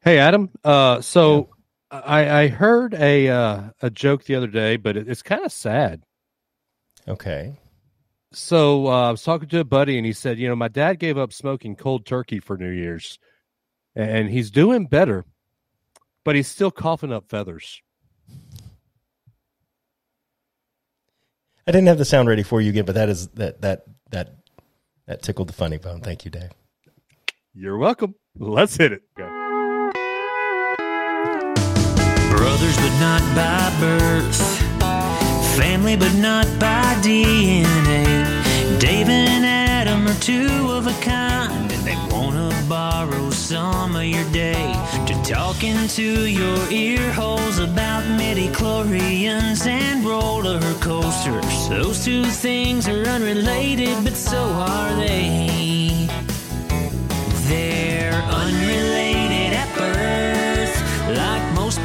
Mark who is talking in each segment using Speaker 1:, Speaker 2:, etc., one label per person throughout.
Speaker 1: Hey Adam, uh, so I, I heard a uh, a joke the other day, but it, it's kind of sad.
Speaker 2: Okay.
Speaker 1: So uh, I was talking to a buddy, and he said, you know, my dad gave up smoking cold turkey for New Year's, and he's doing better, but he's still coughing up feathers.
Speaker 2: I didn't have the sound ready for you again, but that is that that that that tickled the funny bone. Thank you, Dave.
Speaker 1: You're welcome. Let's hit it. Go.
Speaker 3: Brothers, but not by birth. Family, but not by DNA. Dave and Adam are two of a kind, and they wanna borrow some of your day to talk into your ear holes about midi chlorians and roller coasters. Those two things are unrelated, but so are they. They're unrelated at birth, like most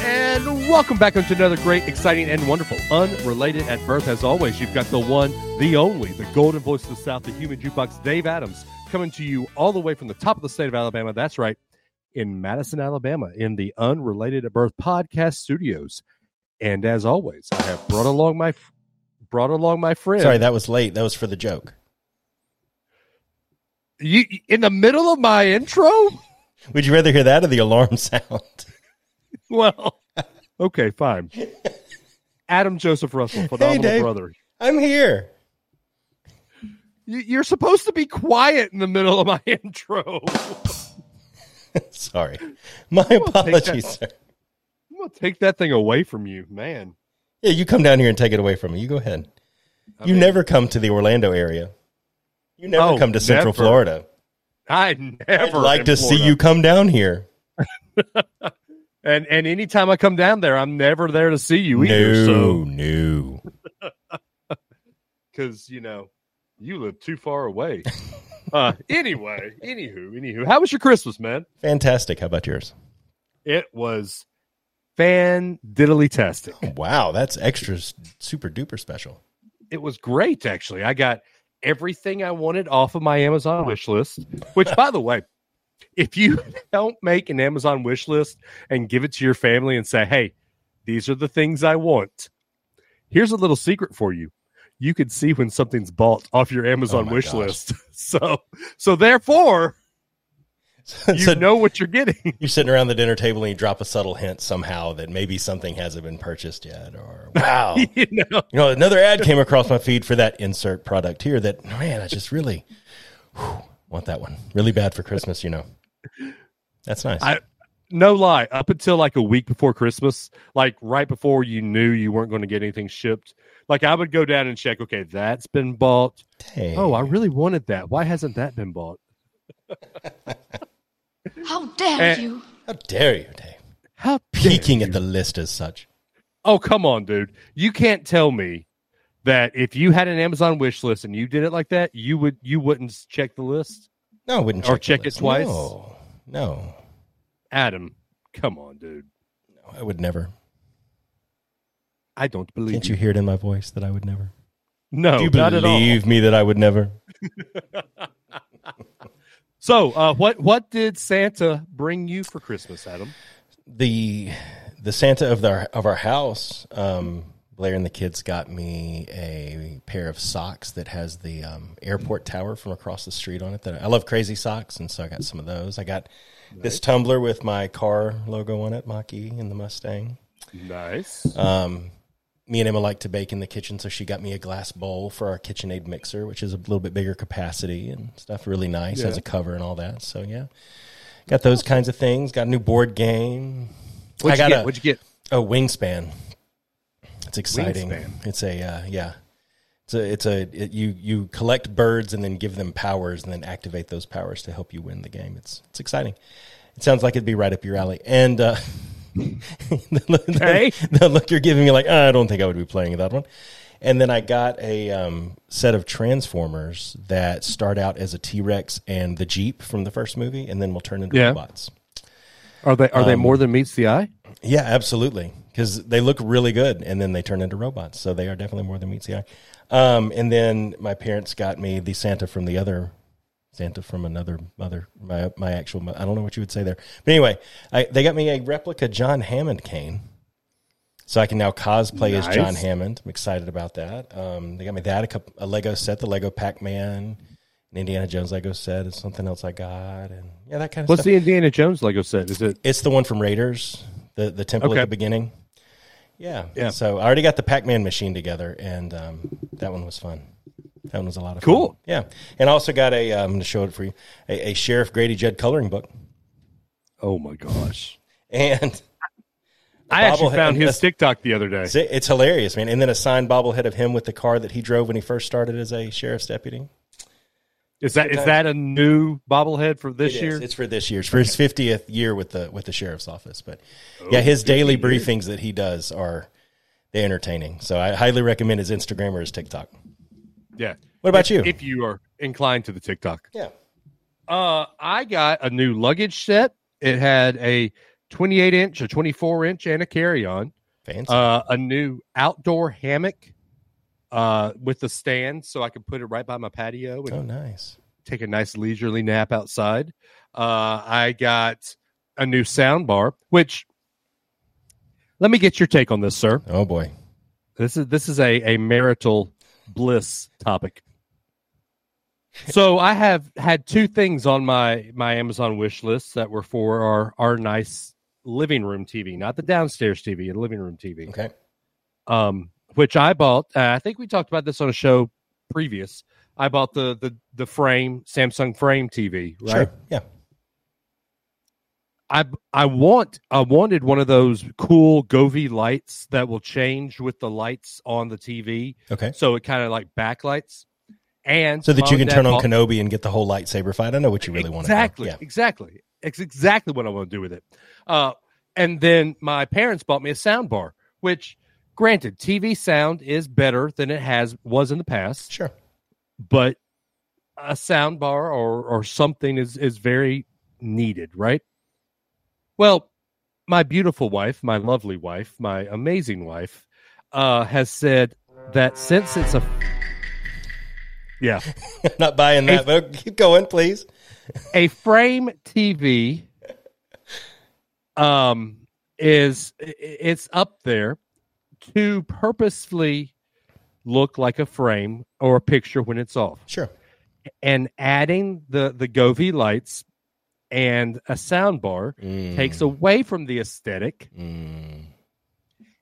Speaker 1: And welcome back onto another great, exciting, and wonderful Unrelated at Birth. As always, you've got the one, the only, the golden voice of the South, the human jukebox, Dave Adams, coming to you all the way from the top of the state of Alabama. That's right, in Madison, Alabama, in the Unrelated at Birth podcast studios. And as always, I have brought along my brought along my friend.
Speaker 2: Sorry, that was late. That was for the joke.
Speaker 1: you in the middle of my intro.
Speaker 2: Would you rather hear that or the alarm sound?
Speaker 1: Well, okay, fine. Adam Joseph Russell, phenomenal
Speaker 2: Dave.
Speaker 1: brother.
Speaker 2: I'm here.
Speaker 1: You- You're supposed to be quiet in the middle of my intro.
Speaker 2: Sorry. My apologies, sir.
Speaker 1: I'm gonna take that thing away from you, man.
Speaker 2: Yeah, you come down here and take it away from me. You go ahead.
Speaker 1: I
Speaker 2: you
Speaker 1: mean,
Speaker 2: never come to the Orlando area. You never
Speaker 1: Oh,
Speaker 2: come to Central
Speaker 1: never.
Speaker 2: Florida.
Speaker 1: I
Speaker 2: I'd
Speaker 1: never
Speaker 2: like
Speaker 1: in
Speaker 2: to see
Speaker 1: Florida.
Speaker 2: you come down here.
Speaker 1: And and anytime I come down there, I'm never there to see you either.
Speaker 2: no,
Speaker 1: So
Speaker 2: no.
Speaker 1: because you know you live too far away. uh, anyway, anywho, anywho, how was your Christmas, man?
Speaker 2: Fantastic. How about yours?
Speaker 1: It was fan diddly tastic.
Speaker 2: Wow, that's extra s- super duper special.
Speaker 1: it was great actually. I got everything I wanted off of my Amazon wish list, which by the way, if you don't make an Amazon wish list and give it to your family and say, "Hey, these are the things I want." Here's a little secret for you. You can see when something's bought off your Amazon
Speaker 2: Oh my
Speaker 1: wish
Speaker 2: gosh.
Speaker 1: list. So so therefore,
Speaker 2: So,
Speaker 1: you know what you're getting.
Speaker 2: you're sitting around the dinner table and you drop a subtle hint somehow that maybe something hasn't been purchased yet, or wow, you
Speaker 1: you know?
Speaker 2: know, another ad came across my feed for that insert product here. That man, I just really whew, want that one really bad for Christmas. You know, that's nice.
Speaker 1: I- no lie up until like a week before christmas like right before you knew you weren't going to get anything shipped like i would go down and check okay that's been bought
Speaker 2: Dang.
Speaker 1: oh i really wanted that why hasn't that been bought
Speaker 4: How dare
Speaker 1: Eh.
Speaker 4: you?
Speaker 2: how dare you, Dave?
Speaker 1: how dare
Speaker 2: Peeking
Speaker 1: you.
Speaker 2: at the list as such.
Speaker 1: oh come on dude you can't tell me that if you had an amazon wish list and you did it like that you would you wouldn't s- check the list
Speaker 2: No, I wouldn't.
Speaker 1: Or
Speaker 2: check
Speaker 1: check
Speaker 2: the
Speaker 1: it
Speaker 2: list.
Speaker 1: twice?
Speaker 2: No, no,
Speaker 1: adam come on dude
Speaker 2: I would never.
Speaker 1: i don't believe
Speaker 2: Can't
Speaker 1: you.
Speaker 2: you hear it in my voice that I would never?
Speaker 1: no
Speaker 2: Do you
Speaker 1: not at all.
Speaker 2: believe me that I would never?
Speaker 1: so uh what what did santa bring you for christmas adam
Speaker 2: the the Santa of our of our house, um, Blair and the kids got me a pair of socks that has the um, airport tower from across the street on it. That I love crazy socks, and so I got some of those. I got this tumbler with my car logo on it, Mach E and the Mustang.
Speaker 1: nice
Speaker 2: Um, me and Emma like to bake in the kitchen, so she got me a glass bowl for our KitchenAid mixer, which is a little bit bigger capacity and stuff. Really nice, has a cover and all that. So yeah, got those kinds of things. Got a new board game.
Speaker 1: What'd
Speaker 2: I
Speaker 1: you
Speaker 2: got
Speaker 1: get?
Speaker 2: a-
Speaker 1: What'd you get?
Speaker 2: Oh, wingspan. It's exciting.
Speaker 1: Wingspan.
Speaker 2: It's a uh, yeah. It's a it's a it, you you collect birds and then give them powers and then activate those powers to help you win the game. It's it's exciting. It sounds like it'd be right up your alley. And uh, the, look-
Speaker 1: Hey?
Speaker 2: the look you're giving me, like "Ah, I don't think I would be playing that one. And then I got a um, set of Transformers that start out as a T Rex and the Jeep from the first movie, and then will turn into
Speaker 1: Yeah.
Speaker 2: robots.
Speaker 1: Are they are they
Speaker 2: Um,
Speaker 1: more than meets the eye?
Speaker 2: Yeah, absolutely. Because they look really good, and then they turn into robots. So they are definitely more than meets the eye. Um, and then my parents got me the Santa from the other Santa from another mother, my my actual. Mo- I don't know what you would say there, but anyway, I, they got me a replica John Hammond cane, so I can now cosplay as John
Speaker 1: Nice.
Speaker 2: Hammond. I'm excited about that. Um, they got me that a, couple, a Lego set, the Lego Pac Man, an Indiana Jones Lego set, and something else I got, and yeah, that kind of
Speaker 1: What's
Speaker 2: stuff.
Speaker 1: the Indiana Jones Lego set? Is it
Speaker 2: It's the one from Raiders, the the temple
Speaker 1: Okay.
Speaker 2: at the beginning. Yeah.
Speaker 1: Yeah.
Speaker 2: So I already got the Pac Man machine together, and um, that one was fun. That one was a lot of
Speaker 1: Cool.
Speaker 2: fun. Yeah. And I also got a, uh, I'm going to show it for you, a, a Sheriff Grady Judd coloring book.
Speaker 1: Oh my gosh.
Speaker 2: And
Speaker 1: I actually
Speaker 2: bobblehead-
Speaker 1: found his
Speaker 2: that's-
Speaker 1: TikTok the other day.
Speaker 2: it's, it's hilarious, man. And then a signed bobblehead of him with the car that he drove when he first started as a sheriff's deputy.
Speaker 1: Is that is that a new bobblehead for this
Speaker 2: It is.
Speaker 1: year?
Speaker 2: It's for this year. It's for his 50th year with the with the sheriff's office. But
Speaker 1: Oh,
Speaker 2: yeah, his daily briefings that he does are they entertaining. So I highly recommend his Instagram or his TikTok.
Speaker 1: yeah.
Speaker 2: What about you?
Speaker 1: If you are inclined to the TikTok.
Speaker 2: yeah.
Speaker 1: Uh I got a new luggage set. It had a 28 inch, a 24 inch, and a carry on.
Speaker 2: Fancy.
Speaker 1: Uh, a new outdoor hammock uh, with a stand so I could put it right by my patio and
Speaker 2: oh, nice.
Speaker 1: take a nice leisurely nap outside. Uh, I got a new sound bar, which let me get your take on this, sir.
Speaker 2: Oh boy.
Speaker 1: This is this is a, a marital bliss topic. So I have had two things on my my Amazon wish list that were for our our nice living room TV, not the downstairs TV, a living room TV
Speaker 2: Okay.
Speaker 1: um, which I bought. Uh, I think we talked about this on a show previous. I bought the the the frame Samsung frame TV, right?
Speaker 2: Sure. Yeah.
Speaker 1: I I want I wanted one of those cool Govee lights that will change with the lights on the TV,
Speaker 2: Okay.
Speaker 1: so it kind of like backlights, and
Speaker 2: So that
Speaker 1: mom
Speaker 2: you
Speaker 1: and
Speaker 2: can
Speaker 1: dad
Speaker 2: turn on
Speaker 1: bought-
Speaker 2: Kenobi and get the whole lightsaber fight. I know what you really want.
Speaker 1: exactly,
Speaker 2: Yeah.
Speaker 1: exactly. It's exactly what I want to do with it. Uh, and then my parents bought me a sound bar, which, granted, TV sound is better than it has was in the past.
Speaker 2: Sure.
Speaker 1: but a sound bar or or something is is very needed, right? Well, my beautiful wife, my lovely wife, my amazing wife, uh, has said that since it's a yeah
Speaker 2: Not buying that, but keep going, please.
Speaker 1: a frame TV, um, is i- i- it's up there to purposefully look like a frame or a picture when it's off.
Speaker 2: Sure.
Speaker 1: and adding the the Govee lights and a sound bar
Speaker 2: Mm.
Speaker 1: Mm-hmm. takes away from the aesthetic,
Speaker 2: Mm.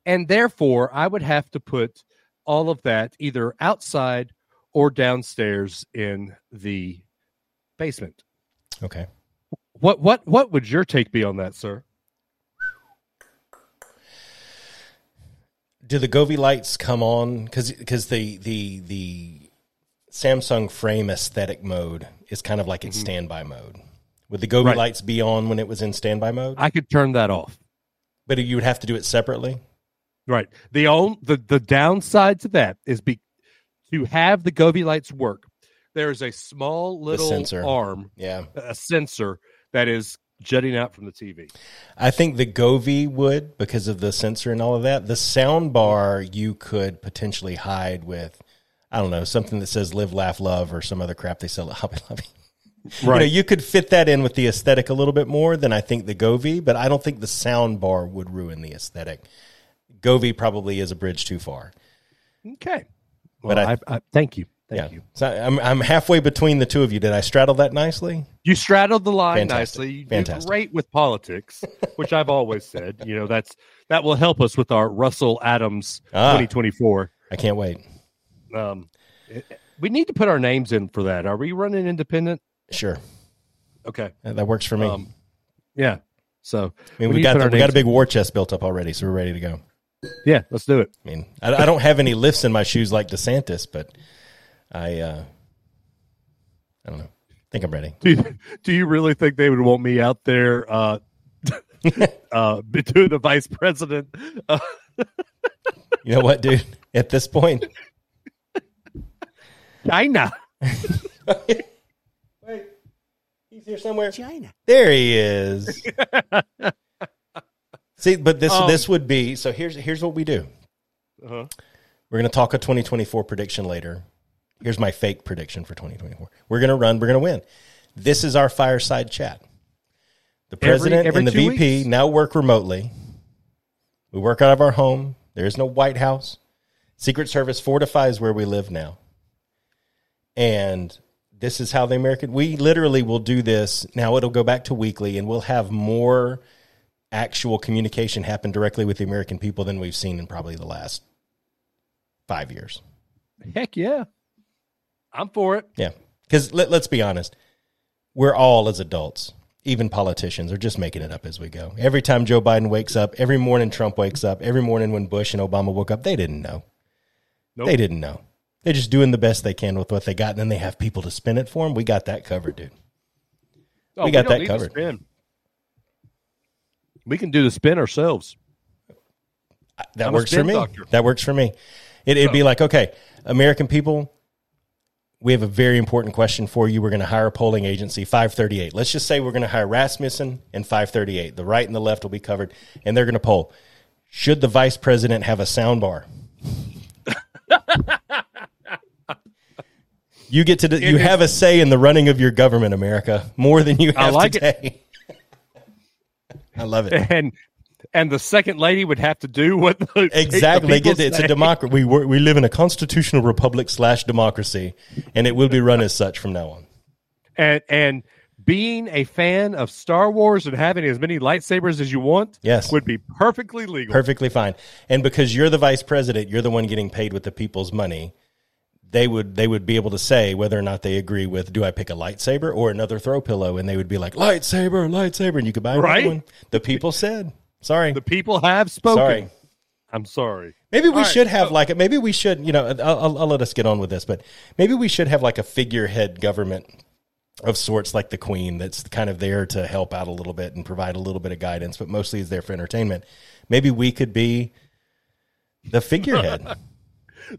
Speaker 1: and therefore I would have to put all of that either outside or downstairs in the basement.
Speaker 2: Okay.
Speaker 1: What what what would your take be on that, sir?
Speaker 2: Do the Govee lights come on? Because the the the Samsung Frame aesthetic mode is kind of like its standby mode. Would the Govee
Speaker 1: Mm-hmm. Right.
Speaker 2: lights be on when it was in standby mode?
Speaker 1: I could turn that off.
Speaker 2: but you would have to do it separately.
Speaker 1: Right. The on the the downside to that is be to have the Govee lights work. There is a small little
Speaker 2: sensor.
Speaker 1: arm
Speaker 2: Yeah.
Speaker 1: a sensor that is jutting out from the TV.
Speaker 2: I think the Govee would because of the sensor and all of that. The sound bar you could potentially hide with, I don't know, something that says "Live, Laugh, Love" or some other crap they sell at Hobby Lobby. You know, you could fit that in with the aesthetic a little bit more than I think the Govee, but I don't think the sound bar would ruin the aesthetic. Govee probably is a bridge too far.
Speaker 1: okay. Well,
Speaker 2: But I-
Speaker 1: I, I, thank you. Thank
Speaker 2: yeah,
Speaker 1: you.
Speaker 2: so I'm I'm halfway between the two of you. Did I straddle that nicely?
Speaker 1: You straddled the line
Speaker 2: Fantastic.
Speaker 1: nicely. You did
Speaker 2: Fantastic.
Speaker 1: great with politics, which I've always said. You know, that's that will help us with our Russell Adams
Speaker 2: Ah.
Speaker 1: 2024.
Speaker 2: I can't wait.
Speaker 1: Um, it- we need to put our names in for that. Are we running independent?
Speaker 2: Sure,
Speaker 1: Okay.
Speaker 2: that that works for me.
Speaker 1: Um, yeah. So
Speaker 2: I mean,
Speaker 1: we
Speaker 2: we,
Speaker 1: need to
Speaker 2: got
Speaker 1: put
Speaker 2: the,
Speaker 1: our
Speaker 2: we got
Speaker 1: names
Speaker 2: a big war chest built up already, so we're ready to go.
Speaker 1: yeah, let's do it.
Speaker 2: I mean, I, I don't have any lifts in my shoes like DeSantis, but I, uh, I don't know. I think I'm ready.
Speaker 1: Do you, do you really think they would want me out there uh, uh, to the vice president. Uh,
Speaker 2: You know what, dude? At this point,
Speaker 1: China.
Speaker 2: wait, he's here somewhere.
Speaker 3: China.
Speaker 2: There he is. See, but this
Speaker 1: Um,
Speaker 2: this would be so. Here's here's what we do.
Speaker 1: Uh-huh.
Speaker 2: We're going to talk a 2024 prediction later. Here's my fake prediction for 2024. We're going to run. We're going to win. This is our fireside chat. The
Speaker 1: Every-
Speaker 2: president
Speaker 1: every
Speaker 2: and the
Speaker 1: two
Speaker 2: VP
Speaker 1: weeks?
Speaker 2: now work remotely. We work out of our home. There is no White House. Secret Service fortifies where we live now. And this is how the American we literally will do this. Now it'll go back to weekly and we'll have more actual communication happen directly with the American people than we've seen in probably the last 5 years.
Speaker 1: Heck yeah. I'm for it.
Speaker 2: Yeah. Cuz let, let's be honest. We're all as adults, even politicians are just making it up as we go. Every time Joe Biden wakes up, every morning Trump wakes up, every morning when Bush and Obama woke up, they didn't know.
Speaker 1: Nope.
Speaker 2: They didn't know. They're just doing the best they can with what they got, and then they have people to spin it for them. We got that covered, dude.
Speaker 1: Oh,
Speaker 2: We got
Speaker 1: don't
Speaker 2: that
Speaker 1: need to
Speaker 2: covered.
Speaker 1: spin. We can do the spin ourselves.
Speaker 2: That
Speaker 1: I'm a
Speaker 2: works for
Speaker 1: spin
Speaker 2: me.
Speaker 1: doctor.
Speaker 2: That works for me. It, it'd be like, okay, American people, we have a very important question for you. We're going to hire a polling agency, 538. Let's just say we're going to hire Rasmussen and 538. The right and the left will be covered, and they're going to poll. Should the vice president have a sound bar? you get to, you
Speaker 1: is-
Speaker 2: have a say in the running of your government, America, more than you have
Speaker 1: like it.
Speaker 2: today. I love it.
Speaker 1: And and the second lady would have to do what the the
Speaker 2: Exactly. They
Speaker 1: people
Speaker 2: get it. It's
Speaker 1: say.
Speaker 2: a democracy. We, wor- we live in a constitutional republic slash democracy, and it will be run as such from now on.
Speaker 1: and and being a fan of Star Wars and having as many lightsabers as you want
Speaker 2: Yes.
Speaker 1: would be perfectly legal.
Speaker 2: Perfectly fine. And because you're the vice president, you're the one getting paid with the people's money. They would they would be able to say whether or not they agree with do I pick a lightsaber or another throw pillow, and they would be like lightsaber, lightsaber, and you could buy another
Speaker 1: Right?
Speaker 2: one. The people said, sorry,
Speaker 1: the people have spoken.
Speaker 2: sorry.
Speaker 1: I'm sorry.
Speaker 2: Maybe we
Speaker 1: All right,
Speaker 2: should have like a, maybe we should you know I'll, I'll, I'll let us get on with this, but maybe we should have like a figurehead government of sorts, like the queen, that's kind of there to help out a little bit and provide a little bit of guidance, but mostly is there for entertainment. Maybe we could be the figurehead,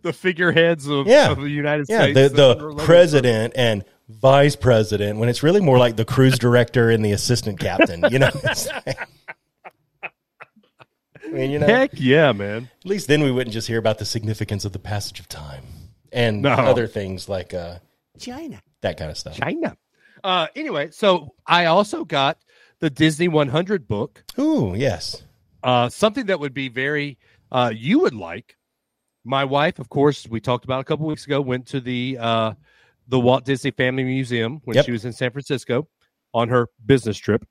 Speaker 1: The figureheads of,
Speaker 2: yeah,
Speaker 1: of the United
Speaker 2: yeah,
Speaker 1: States.
Speaker 2: the,
Speaker 1: that are
Speaker 2: the
Speaker 1: lower-
Speaker 2: president and vice president. When it's really more like the cruise director and the assistant captain, you know. I mean, you know,
Speaker 1: Heck yeah, man.
Speaker 2: At least then we wouldn't just hear about the significance of the passage of time and
Speaker 1: No.
Speaker 2: other things like uh,
Speaker 3: China.
Speaker 2: that kind of stuff.
Speaker 1: China. Uh, anyway, so I also got the Disney 100 book,
Speaker 2: Ooh, yes.
Speaker 1: uh, something that would be very, uh, you would like. My wife, of course, we talked about a couple weeks ago, went to the uh, the Walt Disney Family Museum when
Speaker 2: Yep.
Speaker 1: she was in San Francisco on her business trip.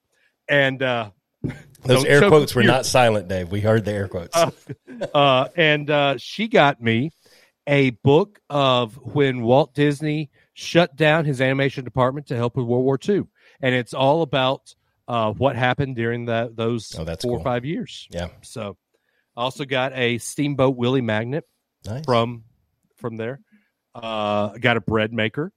Speaker 1: And uh,
Speaker 2: Those
Speaker 1: Don't
Speaker 2: air
Speaker 1: choke
Speaker 2: quotes were
Speaker 1: the
Speaker 2: not silent, Dave. We heard the air quotes.
Speaker 1: Uh, uh, and uh, she got me a book of when Walt Disney shut down his animation department to help with World War II, and it's all about uh, what happened during the, those
Speaker 2: Oh,
Speaker 1: four
Speaker 2: that's
Speaker 1: or
Speaker 2: cool.
Speaker 1: five years.
Speaker 2: yeah,
Speaker 1: So, I also got a Steamboat Willie magnet
Speaker 2: nice. From,
Speaker 1: from from there. Uh, got a bread maker.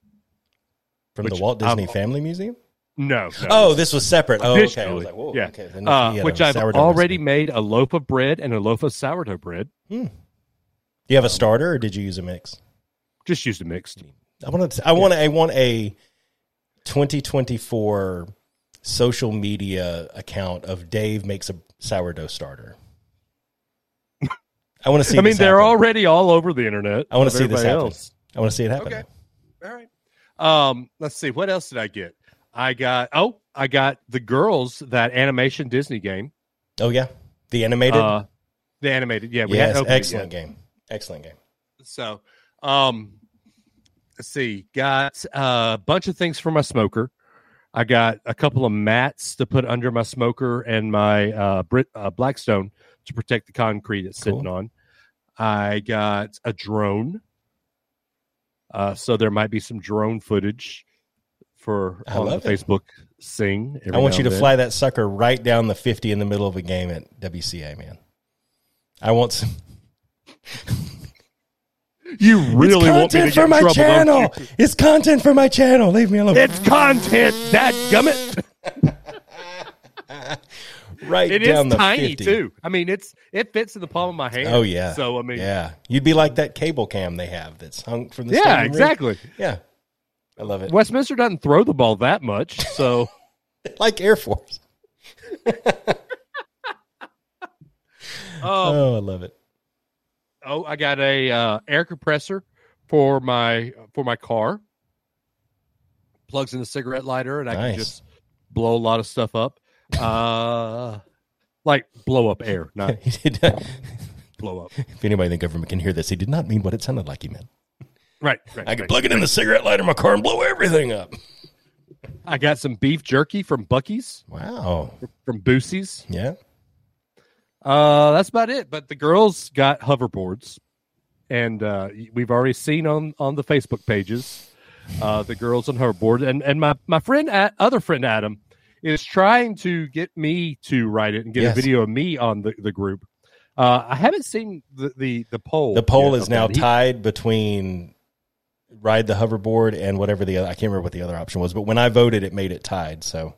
Speaker 2: the
Speaker 1: which
Speaker 2: Walt Disney
Speaker 1: I'm-
Speaker 2: Family Museum.
Speaker 1: No, no
Speaker 2: Oh, this was separate. Oh, okay. I
Speaker 1: Additionally,
Speaker 2: was like, whoa,
Speaker 1: yeah.
Speaker 2: okay. Then
Speaker 1: uh,
Speaker 2: he had a
Speaker 1: which I've
Speaker 2: sourdough
Speaker 1: already
Speaker 2: recipe.
Speaker 1: made a loaf of bread and a loaf of sourdough bread.
Speaker 2: Do you have a starter, or did you use a mix?
Speaker 1: Just used a mixed.
Speaker 2: I want to. I want. to I want a 2024 social media account of Dave makes a sourdough starter. I want to see.
Speaker 1: I mean,
Speaker 2: this
Speaker 1: they're
Speaker 2: happen.
Speaker 1: already all over the internet.
Speaker 2: I want
Speaker 1: of
Speaker 2: to see this
Speaker 1: everybody
Speaker 2: happen.
Speaker 1: else.
Speaker 2: I want to see it happen.
Speaker 1: Okay. All right. Um, let's see. What else did I get? I got oh, I got the girls that animation Disney game.
Speaker 2: Oh yeah, the animated.
Speaker 1: Uh, the animated, yeah, we
Speaker 2: yes,
Speaker 1: hadn't opened
Speaker 2: excellent
Speaker 1: It
Speaker 2: game. Excellent game.
Speaker 1: yet. So, um, let's see. Got uh, a bunch of things for my smoker. I got a couple of mats to put under my smoker and my uh, Brit, uh, Blackstone to protect the concrete it's sitting
Speaker 2: Cool.
Speaker 1: on. I got a drone. Uh, so there might be some drone footage for
Speaker 2: I
Speaker 1: on the
Speaker 2: love it.
Speaker 1: Facebook sing. every
Speaker 2: I want
Speaker 1: now
Speaker 2: you to
Speaker 1: and then.
Speaker 2: fly that sucker right down the 50 in the middle of a game at WCA, man. I want some
Speaker 1: You really want me to get
Speaker 2: content for
Speaker 1: in
Speaker 2: my
Speaker 1: trouble, don't you?
Speaker 2: channel. It's content for my channel. Leave me alone.
Speaker 1: It's content, that gummit.
Speaker 2: right
Speaker 1: It is
Speaker 2: down the
Speaker 1: tiny
Speaker 2: 50.
Speaker 1: too. I mean, it's it fits in the palm of my hand.
Speaker 2: Oh yeah.
Speaker 1: So I mean, yeah,
Speaker 2: yeah, you'd be like that cable cam they have that's hung from the stadium roof.
Speaker 1: exactly.
Speaker 2: Yeah, I love it.
Speaker 1: Westminster doesn't throw the ball that much, so
Speaker 2: Like Air Force.
Speaker 1: um,
Speaker 2: Oh, I love it.
Speaker 1: oh, I got a uh, air compressor for my for my car. Plugs in the cigarette lighter, and I
Speaker 2: Nice.
Speaker 1: can just blow a lot of stuff up. Uh, like blow up air, not
Speaker 2: He did not-
Speaker 1: blow up.
Speaker 2: if anybody in the government can hear this, he did not mean what it sounded like he meant.
Speaker 1: Right, right.
Speaker 2: I could
Speaker 1: right.
Speaker 2: plug it in the cigarette lighter in my car and blow everything up.
Speaker 1: I got some beef jerky from Bucky's,
Speaker 2: Wow.
Speaker 1: from Boosie's.
Speaker 2: Oh, Yeah.
Speaker 1: Uh, that's about it. But the girls got hoverboards, and uh, we've already seen on on the Facebook pages uh, the girls on hoverboards. And and my my friend, A- other friend Adam, is trying to get me to write it and get
Speaker 2: Yes.
Speaker 1: a video of me on the the group. Uh, I haven't seen the the, the poll.
Speaker 2: The poll
Speaker 1: yet
Speaker 2: is
Speaker 1: of
Speaker 2: now
Speaker 1: that. He-
Speaker 2: tied between ride the hoverboard and whatever the other, I can't remember what the other option was, but when I voted, it made it tied. So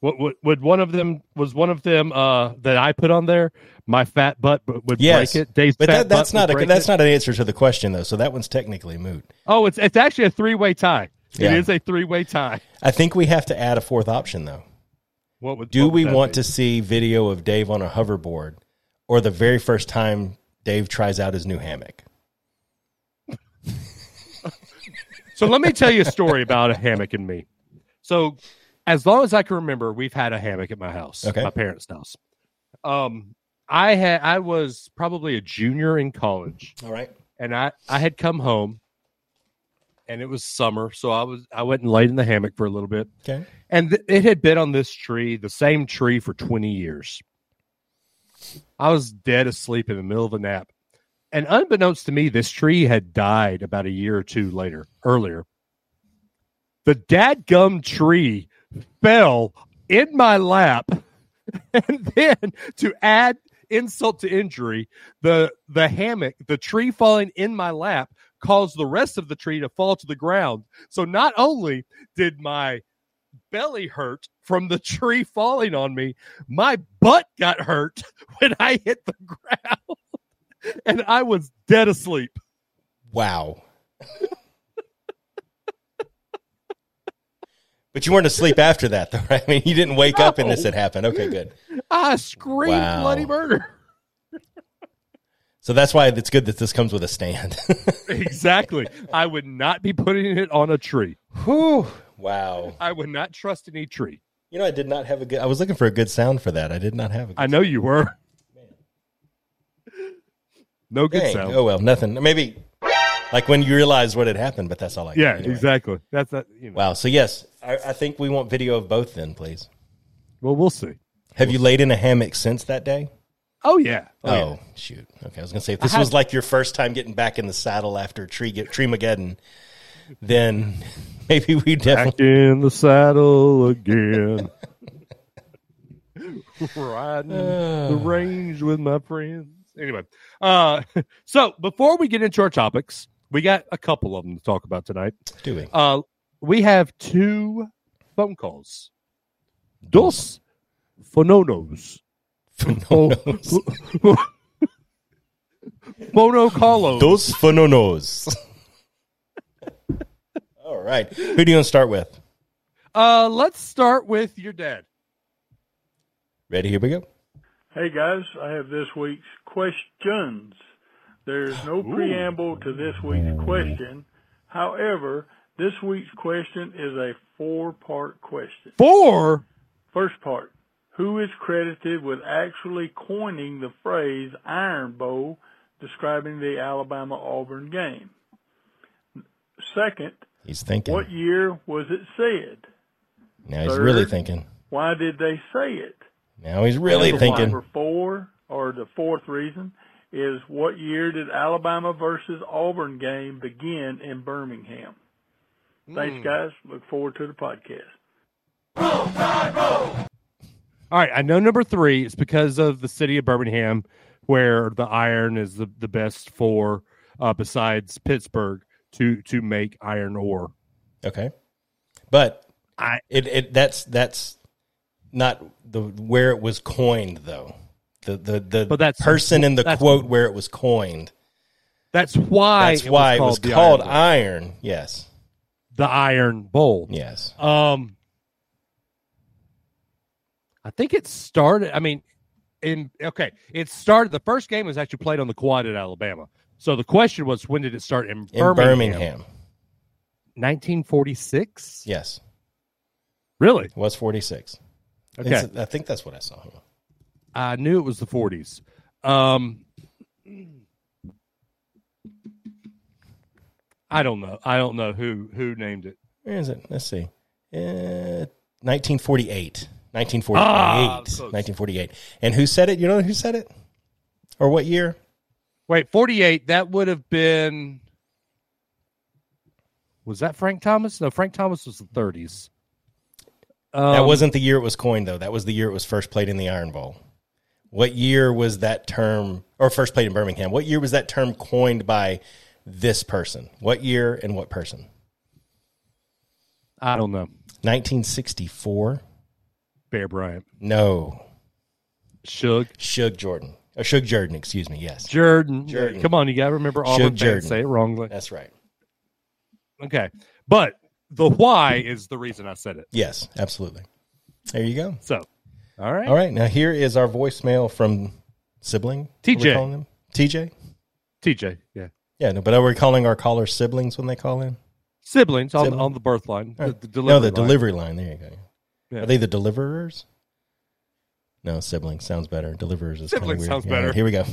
Speaker 1: What, what would one of them was one of them uh, that I put on there? My fat butt b- would
Speaker 2: Yes.
Speaker 1: break it. Dave's
Speaker 2: But
Speaker 1: fat
Speaker 2: that, that's
Speaker 1: butt
Speaker 2: not
Speaker 1: would
Speaker 2: a
Speaker 1: break
Speaker 2: that's
Speaker 1: it.
Speaker 2: not an answer to the question though. So that one's technically moot.
Speaker 1: Oh, it's it's actually a three way tie.
Speaker 2: Yeah.
Speaker 1: It is a three way tie.
Speaker 2: I think we have to add a fourth option though.
Speaker 1: What would
Speaker 2: Do
Speaker 1: what would
Speaker 2: we
Speaker 1: that
Speaker 2: want
Speaker 1: be?
Speaker 2: to see video of Dave on a hoverboard or the very first time Dave tries out his new hammock?
Speaker 1: So let me tell you a story about a hammock and me. So as long as I can remember, we've had a hammock at my house,
Speaker 2: Okay.
Speaker 1: my parents' house. Um, I had I was probably a junior in college,
Speaker 2: All right.
Speaker 1: and I I had come home, and it was summer, so I was I went and laid in the hammock for a little bit,
Speaker 2: Okay.
Speaker 1: and th- it had been on this tree, the same tree for twenty years. I was dead asleep in the middle of a nap, and unbeknownst to me, this tree had died about a year or two later, earlier. The dadgum tree fell in my lap, and then to add insult to injury, the the hammock, the tree falling in my lap, caused the rest of the tree to fall to the ground. So not only did my belly hurt from the tree falling on me, my butt got hurt when I hit the ground. And I was dead asleep.
Speaker 2: Wow. but you weren't asleep after that, though, right? I mean, you didn't wake up and this had happened. Okay, good.
Speaker 1: I screamed
Speaker 2: Wow.
Speaker 1: bloody murder.
Speaker 2: So that's why it's good that this comes with a stand.
Speaker 1: exactly. I would not be putting it on a tree.
Speaker 2: Whew. Wow.
Speaker 1: I would not trust any tree.
Speaker 2: You know, I did not have a good. I was looking for a good sound for that. I did not have a good.
Speaker 1: I know you were. No good
Speaker 2: Dang.
Speaker 1: sound.
Speaker 2: Oh well, nothing. Maybe like when you realize what had happened, but that's all I.
Speaker 1: yeah,
Speaker 2: got anyway.
Speaker 1: exactly. That's not, you know.
Speaker 2: Wow. So yes, I, I think we want video of both. Then please.
Speaker 1: Well, we'll see.
Speaker 2: Have you laid in a hammock since that day?
Speaker 1: Oh, yeah.
Speaker 2: Oh,
Speaker 1: yeah.
Speaker 2: shoot. Okay, I was gonna say if this
Speaker 1: have-
Speaker 2: was like your first time getting back in the saddle after tree get tree mageddon, then maybe we
Speaker 1: Back
Speaker 2: definitely
Speaker 1: in the saddle again. Riding the range with my friends. Anyway, uh, so before we get into our topics, we got a couple of them to talk about tonight.
Speaker 2: do it.
Speaker 1: Uh, we have two phone calls. Dos fononos.
Speaker 2: Phenonos.
Speaker 1: Oh. Monocalos.
Speaker 2: Dos phenonos. all right. Who do you want to start with?
Speaker 1: Uh, let's start with your dad.
Speaker 2: Ready? Here we go.
Speaker 4: Hey guys, I have this week's questions. There's no preamble to this week's question. However, this week's question is a four part question.
Speaker 1: Four.
Speaker 4: First part Who is credited with actually coining the phrase Iron Bowl describing the Alabama Auburn game? Second,
Speaker 2: He's thinking.
Speaker 4: what year was it said?
Speaker 2: now he's
Speaker 4: third?
Speaker 2: really thinking.
Speaker 4: Why did they say it?
Speaker 2: Now he's really
Speaker 4: Number
Speaker 2: thinking.
Speaker 4: Number four, or the fourth reason, is what year did Alabama versus Auburn game begin in Birmingham? Thanks, guys. Look forward to the podcast.
Speaker 1: All right, I know number three is because of the city of Birmingham, where the iron is the, the best for, uh, besides Pittsburgh, to to make iron ore.
Speaker 2: Okay. But
Speaker 1: I
Speaker 2: it, it that's that's not the where it was coined though. The the the
Speaker 1: But that's-
Speaker 2: person in the
Speaker 1: that's-
Speaker 2: quote where it was coined.
Speaker 1: That's why
Speaker 2: That's why it was
Speaker 1: the
Speaker 2: called,
Speaker 1: Iron Bowl.
Speaker 2: iron, Yes,
Speaker 1: the Iron Bowl.
Speaker 2: yes.
Speaker 1: Um, I think it started. I mean, in okay, it started. The first game was actually played on the quad at Alabama. So the question was, when did it start in
Speaker 2: In Birmingham.
Speaker 1: Birmingham? Nineteen forty-six.
Speaker 2: yes,
Speaker 1: Really?
Speaker 2: it was forty six.
Speaker 1: Okay.
Speaker 2: I think that's what I saw. Hold on.
Speaker 1: I knew it was the forties. Um, I don't know. I don't know who who named it.
Speaker 2: Where is it? Let's see. Uh, 1948. 1948.
Speaker 1: Ah, close.
Speaker 2: 1948. And who said it? You know who said it? Or what year?
Speaker 1: Wait, forty-eight. That would have been. Was that Frank Thomas? No, Frank Thomas was the thirties. Um,
Speaker 2: that wasn't the year it was coined, though. That was the year it was first played in the Iron Bowl. What year was that term, or first played in Birmingham? What year was that term coined by this person? What year and what person?
Speaker 1: I don't know.
Speaker 2: 1964?
Speaker 1: Bear Bryant,
Speaker 2: No.
Speaker 1: Suge,
Speaker 2: Shug Jordan. Oh, Shug Jordan, excuse me. Yes.
Speaker 1: Jordan.
Speaker 2: Jordan.
Speaker 1: Come on, you gotta remember Auburn fans
Speaker 2: Jordan.
Speaker 1: say it wrongly.
Speaker 2: That's right.
Speaker 1: Okay, but the why is the reason I said it.
Speaker 2: Yes, absolutely. There you go.
Speaker 1: So, all right.
Speaker 2: All right, now here is our voicemail from sibling.
Speaker 1: TJ.
Speaker 2: We're calling them? TJ?
Speaker 1: TJ. Yeah.
Speaker 2: Yeah, no, but are we calling our callers siblings when they call in?
Speaker 1: siblings on,
Speaker 2: Sibling.
Speaker 1: on the birth line.
Speaker 2: All
Speaker 1: The,
Speaker 2: right.
Speaker 1: the
Speaker 2: no,
Speaker 1: delivery
Speaker 2: the
Speaker 1: line.
Speaker 2: delivery line. There you go.
Speaker 1: Yeah.
Speaker 2: Are they the deliverers? No, siblings sounds better. Deliverers is kind of
Speaker 1: Sibling
Speaker 2: weird.
Speaker 1: sounds
Speaker 2: All right,
Speaker 1: better.
Speaker 2: here we go.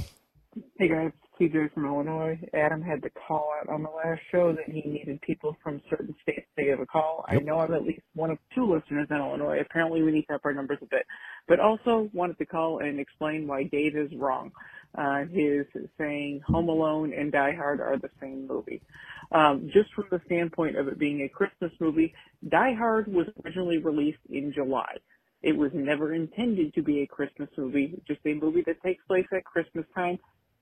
Speaker 5: Hey guys, it's TJ from Illinois. Adam had the call out on the last show that he needed people from certain states to give a call. I know I'm at least one of two listeners in Illinois. Apparently we need to up our numbers a bit. But also wanted to call and explain why Dave is wrong. Uh, his saying Home Alone and Die Hard are the same movie. Um, just from the standpoint of it being a Christmas movie, Die Hard was originally released in July. It was never intended to be a Christmas movie, just a movie that takes place at Christmas time,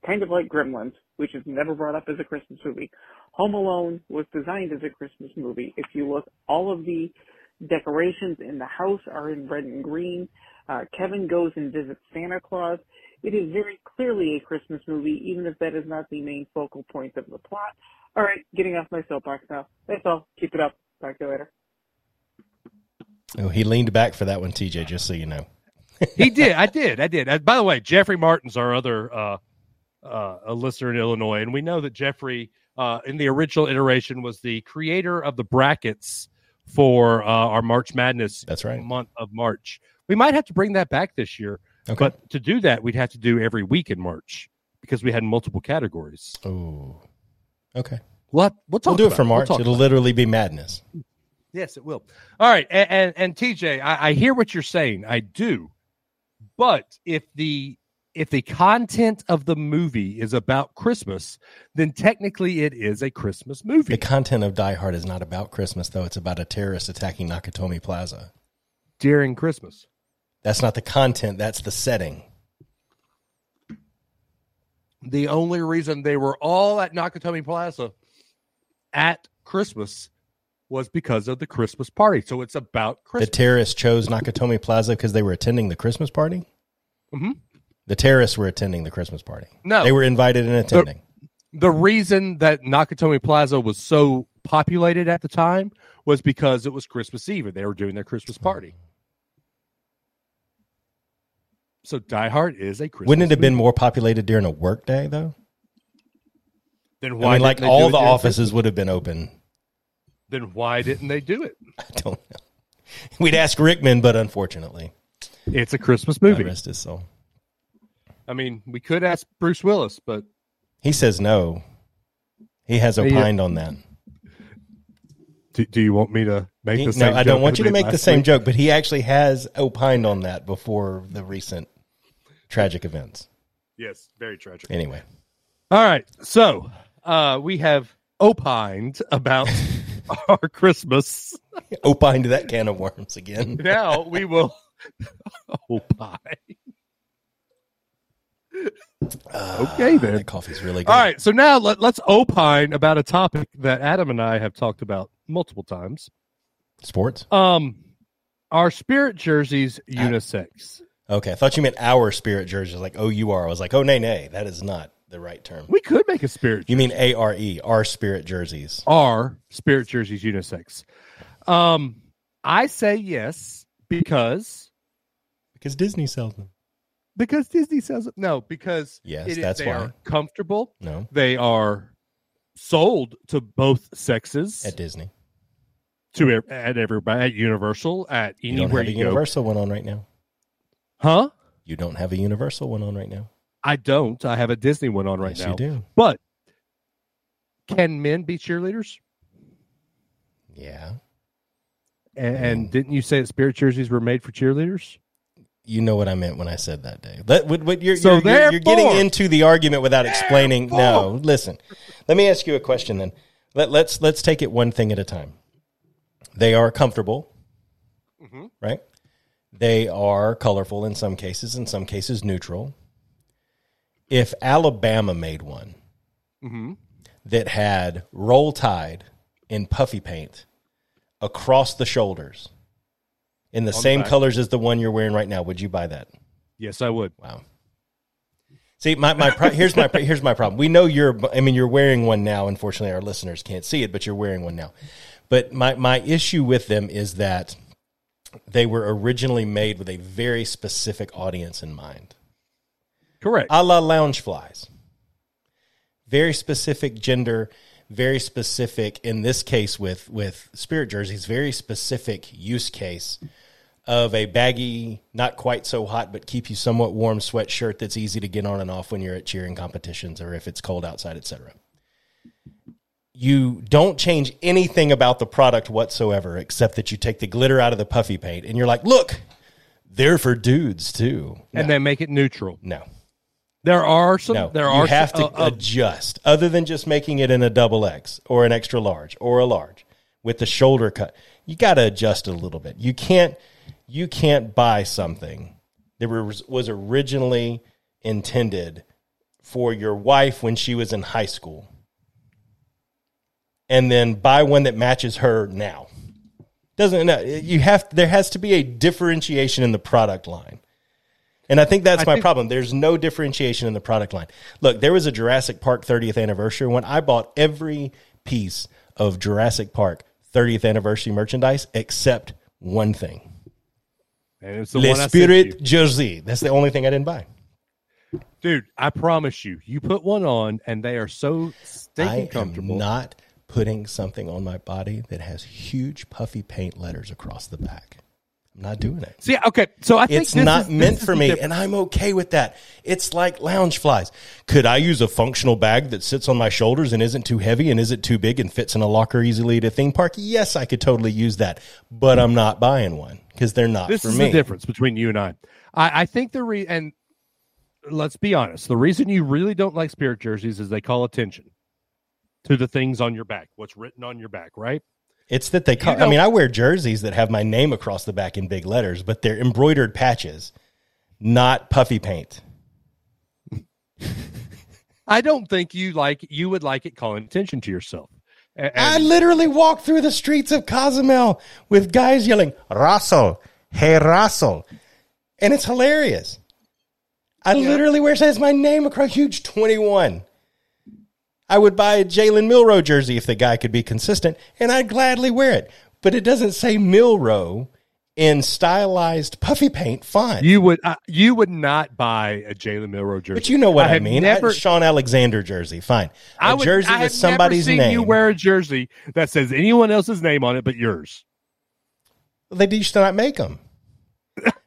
Speaker 5: kind of like Gremlins, which is never brought up as a Christmas movie. Home Alone was designed as a Christmas movie. If you look, all of the decorations in the house are in red and green. Uh, Kevin goes and visits Santa Claus. It is very clearly a Christmas movie, even if that is not the main focal point of the plot. All right, getting off my soapbox now. That's all. Keep it up. Talk to you later.
Speaker 2: Oh, he leaned back for that one, TJ, just so you know.
Speaker 1: he did. I did. I did. Uh, by the way, Jeffrey Martin's our other uh, uh, a listener in Illinois, and we know that Jeffrey, uh, in the original iteration, was the creator of the brackets for uh, our March Madness
Speaker 2: That's right.
Speaker 1: month of March. We might have to bring that back this year,
Speaker 2: Okay.
Speaker 1: but to do that, we'd have to do every week in March because we had multiple categories.
Speaker 2: oh. Okay.
Speaker 1: We'll, have- we'll talk
Speaker 2: we'll do it
Speaker 1: about
Speaker 2: for
Speaker 1: We'll
Speaker 2: March.
Speaker 1: talk
Speaker 2: It'll
Speaker 1: about it.
Speaker 2: literally be madness.
Speaker 1: Yes, it will. All right, and and, and TJ, I, I hear what you're saying. I do, but if the if the content of the movie is about Christmas, then technically it is a Christmas movie.
Speaker 2: The content of Die Hard is not about Christmas, though. It's about a terrorist attacking Nakatomi Plaza.
Speaker 1: during Christmas.
Speaker 2: That's not the content. That's the setting.
Speaker 1: The only reason they were all at Nakatomi Plaza at Christmas was because of the Christmas party. So it's about
Speaker 2: The
Speaker 1: Christmas.
Speaker 2: terrorists chose Nakatomi Plaza because they were attending the Christmas party.
Speaker 1: Mhm.
Speaker 2: The terrorists were attending the Christmas party.
Speaker 1: No.
Speaker 2: they were invited and attending.
Speaker 1: the reason that Nakatomi Plaza was so populated at the time was because it was Christmas Eve and they were doing their Christmas party. So Die Hard is a Christmas.
Speaker 2: Wouldn't it have been more populated during a work day though?
Speaker 1: Then
Speaker 2: I
Speaker 1: why
Speaker 2: mean, like
Speaker 1: didn't they do
Speaker 2: all
Speaker 1: it
Speaker 2: the
Speaker 1: during
Speaker 2: offices would have been open.
Speaker 1: Christmas? Then why didn't they do it?
Speaker 2: I don't know. We'd ask Rickman, but unfortunately,
Speaker 1: It's a Christmas
Speaker 2: God
Speaker 1: movie.
Speaker 2: rest his soul.
Speaker 1: I mean, we could ask Bruce Willis, but
Speaker 2: He says no. He has
Speaker 1: yeah.
Speaker 2: opined on that.
Speaker 1: do, do you want me to make
Speaker 2: He-
Speaker 1: the same?
Speaker 2: no, I don't
Speaker 1: joke
Speaker 2: want you
Speaker 1: I
Speaker 2: to
Speaker 1: made
Speaker 2: make the
Speaker 1: last
Speaker 2: same
Speaker 1: week?
Speaker 2: joke, but he actually has opined on that before the recent tragic events.
Speaker 1: Yes, very tragic.
Speaker 2: Anyway,
Speaker 1: All right. So uh, we have opined about our Christmas.
Speaker 2: opined to that can of worms again.
Speaker 1: now we will opine. Okay,
Speaker 2: Ah,
Speaker 1: then.
Speaker 2: That coffee's really good.
Speaker 1: All right, so now let, let's opine about a topic that Adam and I have talked about multiple times.
Speaker 2: Sports.
Speaker 1: Um, Are spirit jerseys unisex?
Speaker 2: Okay, I thought you meant our spirit jerseys, like O U R. I was like, oh nay nay, that is not the right term.
Speaker 1: We could make a spirit.
Speaker 2: You mean A R E, our spirit jerseys?
Speaker 1: Are spirit jerseys unisex? Um, I say yes because
Speaker 2: Because Disney sells them.
Speaker 1: because Disney sells it. No, because
Speaker 2: Yes,
Speaker 1: it is-
Speaker 2: that's
Speaker 1: they
Speaker 2: why.
Speaker 1: are comfortable.
Speaker 2: No,
Speaker 1: They are sold to both sexes
Speaker 2: at Disney.
Speaker 1: to ev- at everybody at Universal at
Speaker 2: You don't
Speaker 1: anywhere
Speaker 2: have a
Speaker 1: you, go.
Speaker 2: Universal one on right now.
Speaker 1: Huh?
Speaker 2: You don't have a Universal one on right now.
Speaker 1: I don't. I have a Disney one on right
Speaker 2: yes,
Speaker 1: now.
Speaker 2: you do.
Speaker 1: But can men be cheerleaders?
Speaker 2: Yeah.
Speaker 1: And,
Speaker 2: Mm.
Speaker 1: and didn't you say that spirit jerseys were made for cheerleaders?
Speaker 2: You know what I meant when I said that, Dave. That what, what you're,
Speaker 1: So
Speaker 2: you're, you're, you're getting
Speaker 1: therefore-
Speaker 2: into the argument without explaining. No, listen. Let me ask you a question then. Let, let's let's take it one thing at a time. They are comfortable,
Speaker 1: Mm-hmm.
Speaker 2: right? They are colorful in some cases, in some cases neutral. If Alabama made one
Speaker 1: Mm-hmm.
Speaker 2: that had roll tide in puffy paint across the shoulders in the
Speaker 1: the
Speaker 2: same
Speaker 1: back.
Speaker 2: colors as the one you're wearing right now, would you buy that?
Speaker 1: Yes, I would.
Speaker 2: Wow. See, my, my pro- here's my here's my problem. We know you're. I mean, you're wearing one now. Unfortunately, our listeners can't see it, but you're wearing one now. But my my issue with them is that they were originally made with a very specific audience in mind,
Speaker 1: Correct.
Speaker 2: a la lounge flies. Very specific gender, very specific. In this case, with with spirit jerseys, very specific use case of a baggy, not quite so hot, but keep you somewhat warm sweatshirt that's easy to get on and off when you're at cheering competitions or if it's cold outside, etc. You don't change anything about the product whatsoever, except that you take the glitter out of the puffy paint and you're like, look, they're for dudes too.
Speaker 1: and they make it neutral.
Speaker 2: No,
Speaker 1: There are some.
Speaker 2: no,
Speaker 1: there
Speaker 2: you
Speaker 1: are
Speaker 2: have
Speaker 1: some-
Speaker 2: to
Speaker 1: uh, uh,
Speaker 2: adjust, other than just making it in a double X or an extra large or a large with the shoulder cut. You got to adjust it a little bit. You can't, you can't buy something that was, was originally intended for your wife when she was in high school, and then buy one that matches her now. Doesn't no, you have? There has to be a differentiation in the product line. And I think that's
Speaker 1: I
Speaker 2: my
Speaker 1: think-
Speaker 2: problem. There's no differentiation in the product line. Look, there was a Jurassic Park 30th anniversary one. I bought every piece of Jurassic Park 30th anniversary merchandise except one thing.
Speaker 1: and it's the
Speaker 2: Le
Speaker 1: one I sent you.
Speaker 2: Spirit Jersey. That's the only thing I didn't buy.
Speaker 1: dude. I promise you, you put one on, and they are so
Speaker 2: I
Speaker 1: stinking
Speaker 2: am
Speaker 1: comfortable.
Speaker 2: not putting something on my body that has huge puffy paint letters across the back. I'm not doing it.
Speaker 1: See, okay, so I think
Speaker 2: It's
Speaker 1: this
Speaker 2: not
Speaker 1: is- this
Speaker 2: meant
Speaker 1: is
Speaker 2: for
Speaker 1: the
Speaker 2: me,
Speaker 1: difference.
Speaker 2: and I'm okay with that. It's like lounge flies. Could I use a functional bag that sits on my shoulders and isn't too heavy and isn't too big and fits in a locker easily at a theme park? Yes, I could totally use that, but I'm not buying one because they're not
Speaker 1: This
Speaker 2: for
Speaker 1: is
Speaker 2: me.
Speaker 1: the difference between you and I. I, I think the re and let's be honest, the reason you really don't like spirit jerseys is they call attention to the things on your back, what's written on your back, right?
Speaker 2: It's that they. Co- I
Speaker 1: know-
Speaker 2: mean, I wear jerseys that have my name across the back in big letters, but they're embroidered patches, not puffy paint.
Speaker 1: I don't think you like you would like it calling attention to yourself. A- And,
Speaker 2: I literally walked through the streets of Cozumel with guys yelling, Russell, hey, Russell. And it's hilarious. I literally wear says my name across huge 21. I would buy a Jalen Milrow jersey if the guy could be consistent, and I'd gladly wear it. But it doesn't say Milrow in stylized puffy paint font.
Speaker 1: you would uh, you would not buy a Jalen Milrow jersey.
Speaker 2: but you know what I,
Speaker 1: have
Speaker 2: mean. I-
Speaker 1: Never,
Speaker 2: Sean Alexander jersey, fine. A
Speaker 1: I would,
Speaker 2: jersey
Speaker 1: I have
Speaker 2: with somebody's
Speaker 1: never seen
Speaker 2: name.
Speaker 1: You wear a jersey that says anyone else's name on it but yours.
Speaker 2: They used to not make them.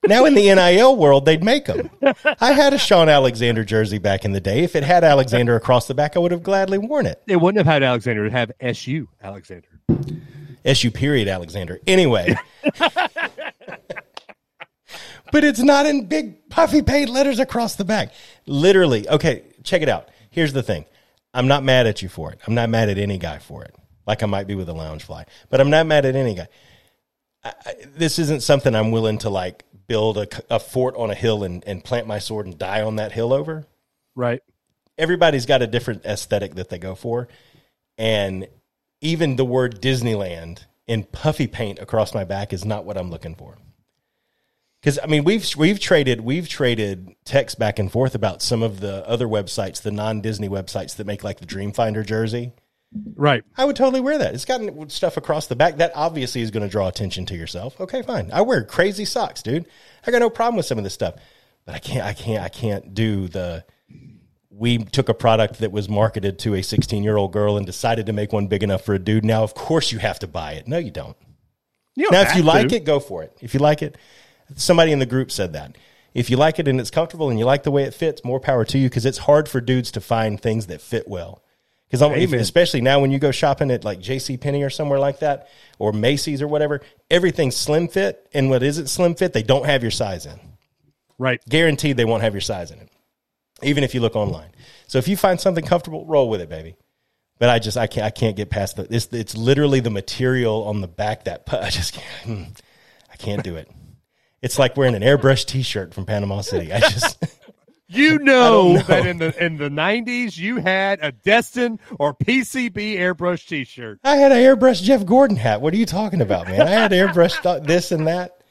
Speaker 2: Now in the NIL world, they'd make them. I had a Sean Alexander jersey back in the day. If it had Alexander across the back, I would have gladly worn it.
Speaker 1: It wouldn't have had Alexander. It'd have SU Alexander.
Speaker 2: SU period Alexander. Anyway. but it's not in big puffy paint letters across the back. Literally. Okay, check it out. Here's the thing. I'm not mad at you for it. I'm not mad at any guy for it. Like I might be with a lounge fly, but I'm not mad at any guy. I, I, this isn't something I'm willing to like build a, c- a fort on a hill and, and plant my sword and die on that hill over
Speaker 1: Right.
Speaker 2: everybody's got a different aesthetic that they go for. And even the word Disneyland in puffy paint across my back is not what I'm looking for. Because I mean, we've we've traded we've traded texts back and forth about some of the other websites, the non Disney websites that make like the Dreamfinder jersey.
Speaker 1: Right.
Speaker 2: I would totally wear that. It's got stuff across the back. That obviously is going to draw attention to yourself. Okay, fine. I wear crazy socks, dude. I got no problem with some of this stuff, but I can't. I can't. I can't do the. We took a product that was marketed to a 16 year old girl and decided to make one big enough for a dude. Now, of course, you have to buy it. No, you don't.
Speaker 1: You don't
Speaker 2: Now, if
Speaker 1: have
Speaker 2: you like
Speaker 1: to.
Speaker 2: it, go for it. If you like it, somebody in the group said that. If you like it and it's comfortable and you like the way it fits, more power to you because it's hard for dudes to find things that fit well. Because
Speaker 1: Amen.
Speaker 2: especially now when you go shopping at like J.C. Penney or somewhere like that, or Macy's or whatever, everything's slim fit. And what isn't slim fit, they don't have your size in.
Speaker 1: right.
Speaker 2: Guaranteed, they won't have your size in it, even if you look online. So if you find something comfortable, roll with it, baby. But I just I can't I can't get past the it's it's literally the material on the back that pu- I just can't mm, I can't do it. It's like wearing an airbrush T-shirt from Panama City. I just
Speaker 1: You know,
Speaker 2: know.
Speaker 1: that in the in the nineties you had a Destin or PCB airbrush t shirt.
Speaker 2: I had an airbrush Jeff Gordon hat. What are you talking about, man? I had airbrush th- this and that.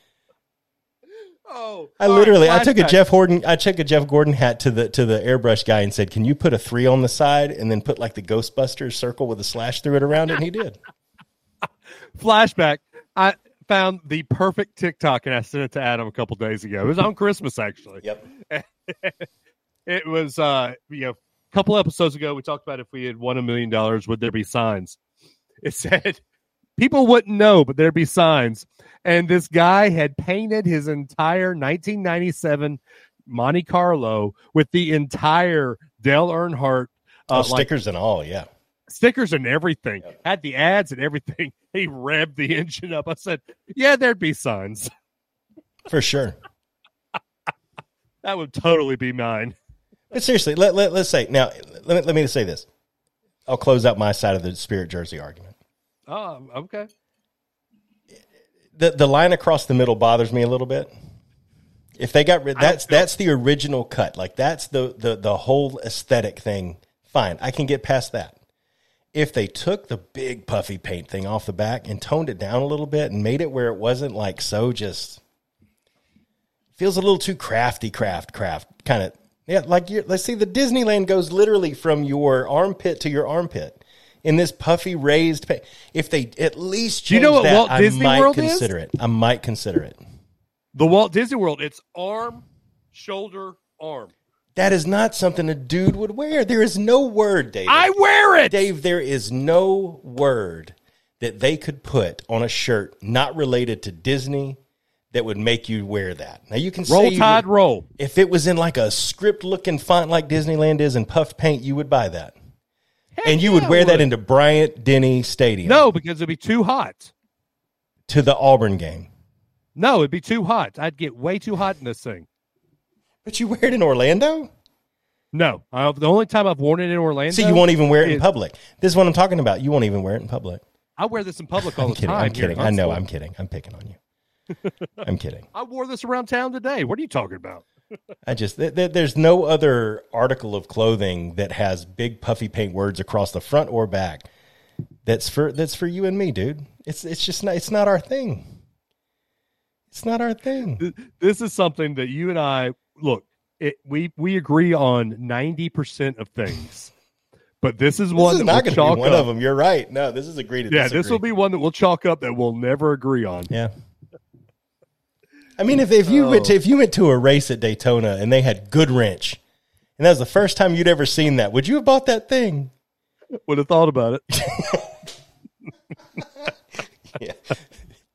Speaker 1: Oh
Speaker 2: I
Speaker 1: all right,
Speaker 2: literally I took a
Speaker 1: flashback.
Speaker 2: Jeff Gordon I took a Jeff Gordon hat to the to the airbrush guy and said, "Can you put a three on the side and then put like the Ghostbusters circle with a slash through it around it?" And he did.
Speaker 1: flashback. I found the perfect TikTok and I sent it to Adam a couple days ago. It was on Christmas actually.
Speaker 2: Yep.
Speaker 1: It was uh you know, a couple episodes ago we talked about if we had won a million dollars, would there be signs? It said people wouldn't know, but there'd be signs. And this guy had painted his entire nineteen ninety seven Monte Carlo with the entire Dale Earnhardt uh,
Speaker 2: oh,
Speaker 1: like
Speaker 2: stickers and all, yeah.
Speaker 1: stickers and everything,
Speaker 2: Yep.
Speaker 1: had the ads and everything. He revved the engine up. I said, Yeah, there'd be signs.
Speaker 2: For sure.
Speaker 1: That would totally be mine.
Speaker 2: But seriously, let, let, let's say now, let me, let me say this. I'll close out my side of the spirit jersey argument.
Speaker 1: Oh, okay.
Speaker 2: The, the line across the middle bothers me a little bit. If they got rid, that's that's the original cut. Like that's the, the the whole aesthetic thing. Fine, I can get past that. If they took the big puffy paint thing off the back and toned it down a little bit and made it where it wasn't like so just feels a little too crafty, craft, craft kind of. Yeah, like you let's see, the Disneyland goes literally from your armpit to your armpit in this puffy raised. Pa- if they at least
Speaker 1: Do you
Speaker 2: change
Speaker 1: know what
Speaker 2: that,
Speaker 1: Walt
Speaker 2: I
Speaker 1: Disney
Speaker 2: might
Speaker 1: World is?
Speaker 2: consider it. I might consider it.
Speaker 1: The Walt Disney World, it's arm, shoulder, arm.
Speaker 2: That is not something a dude would wear. There is no word, Dave.
Speaker 1: I wear it.
Speaker 2: Dave, there is no word that they could put on a shirt not related to Disney that would make you wear that. Now you can
Speaker 1: roll
Speaker 2: say you
Speaker 1: tide
Speaker 2: would-
Speaker 1: roll.
Speaker 2: If it was in like a script looking font like Disneyland is and puff paint, you would buy that. and you would
Speaker 1: yeah, I
Speaker 2: wear that
Speaker 1: would.
Speaker 2: into Bryant Denny Stadium.
Speaker 1: No, because it'd be too hot.
Speaker 2: To the Auburn game.
Speaker 1: No, it'd be too hot. I'd get way too hot in this thing.
Speaker 2: But you wear it in Orlando?
Speaker 1: No, I, the only time I've worn it in Orlando.
Speaker 2: So you won't even wear it in
Speaker 1: It-
Speaker 2: public. This is what I'm talking about. You won't even wear it in public.
Speaker 1: I wear this in public all
Speaker 2: I'm
Speaker 1: the
Speaker 2: kidding.
Speaker 1: time.
Speaker 2: I'm
Speaker 1: here in
Speaker 2: kidding. I know. I'm
Speaker 1: Huntsville.
Speaker 2: kidding. I'm picking on you. I'm kidding.
Speaker 1: I wore this around town today. What are you talking about?
Speaker 2: I just th- th- there's no other article of clothing that has big puffy paint words across the front or back. That's for that's for you and me, dude. It's it's just not it's not our thing. It's not our thing.
Speaker 1: th- this is something that you and I look. It, we we agree on ninety percent of things, but this is
Speaker 2: This
Speaker 1: one
Speaker 2: is
Speaker 1: that
Speaker 2: not
Speaker 1: we'll
Speaker 2: going to
Speaker 1: chalk
Speaker 2: be one
Speaker 1: up.
Speaker 2: of them. You're right. No, this is agreed. to
Speaker 1: yeah, this will
Speaker 2: disagree.
Speaker 1: be one that we'll chalk up that we'll never agree on.
Speaker 2: Yeah. I mean, if, if you went
Speaker 1: Oh.
Speaker 2: to, if you went to a race at Daytona and they had Goodwrench, and that was the first time you'd ever seen that, would you have bought that thing?
Speaker 1: Would have thought about it.
Speaker 2: Yeah.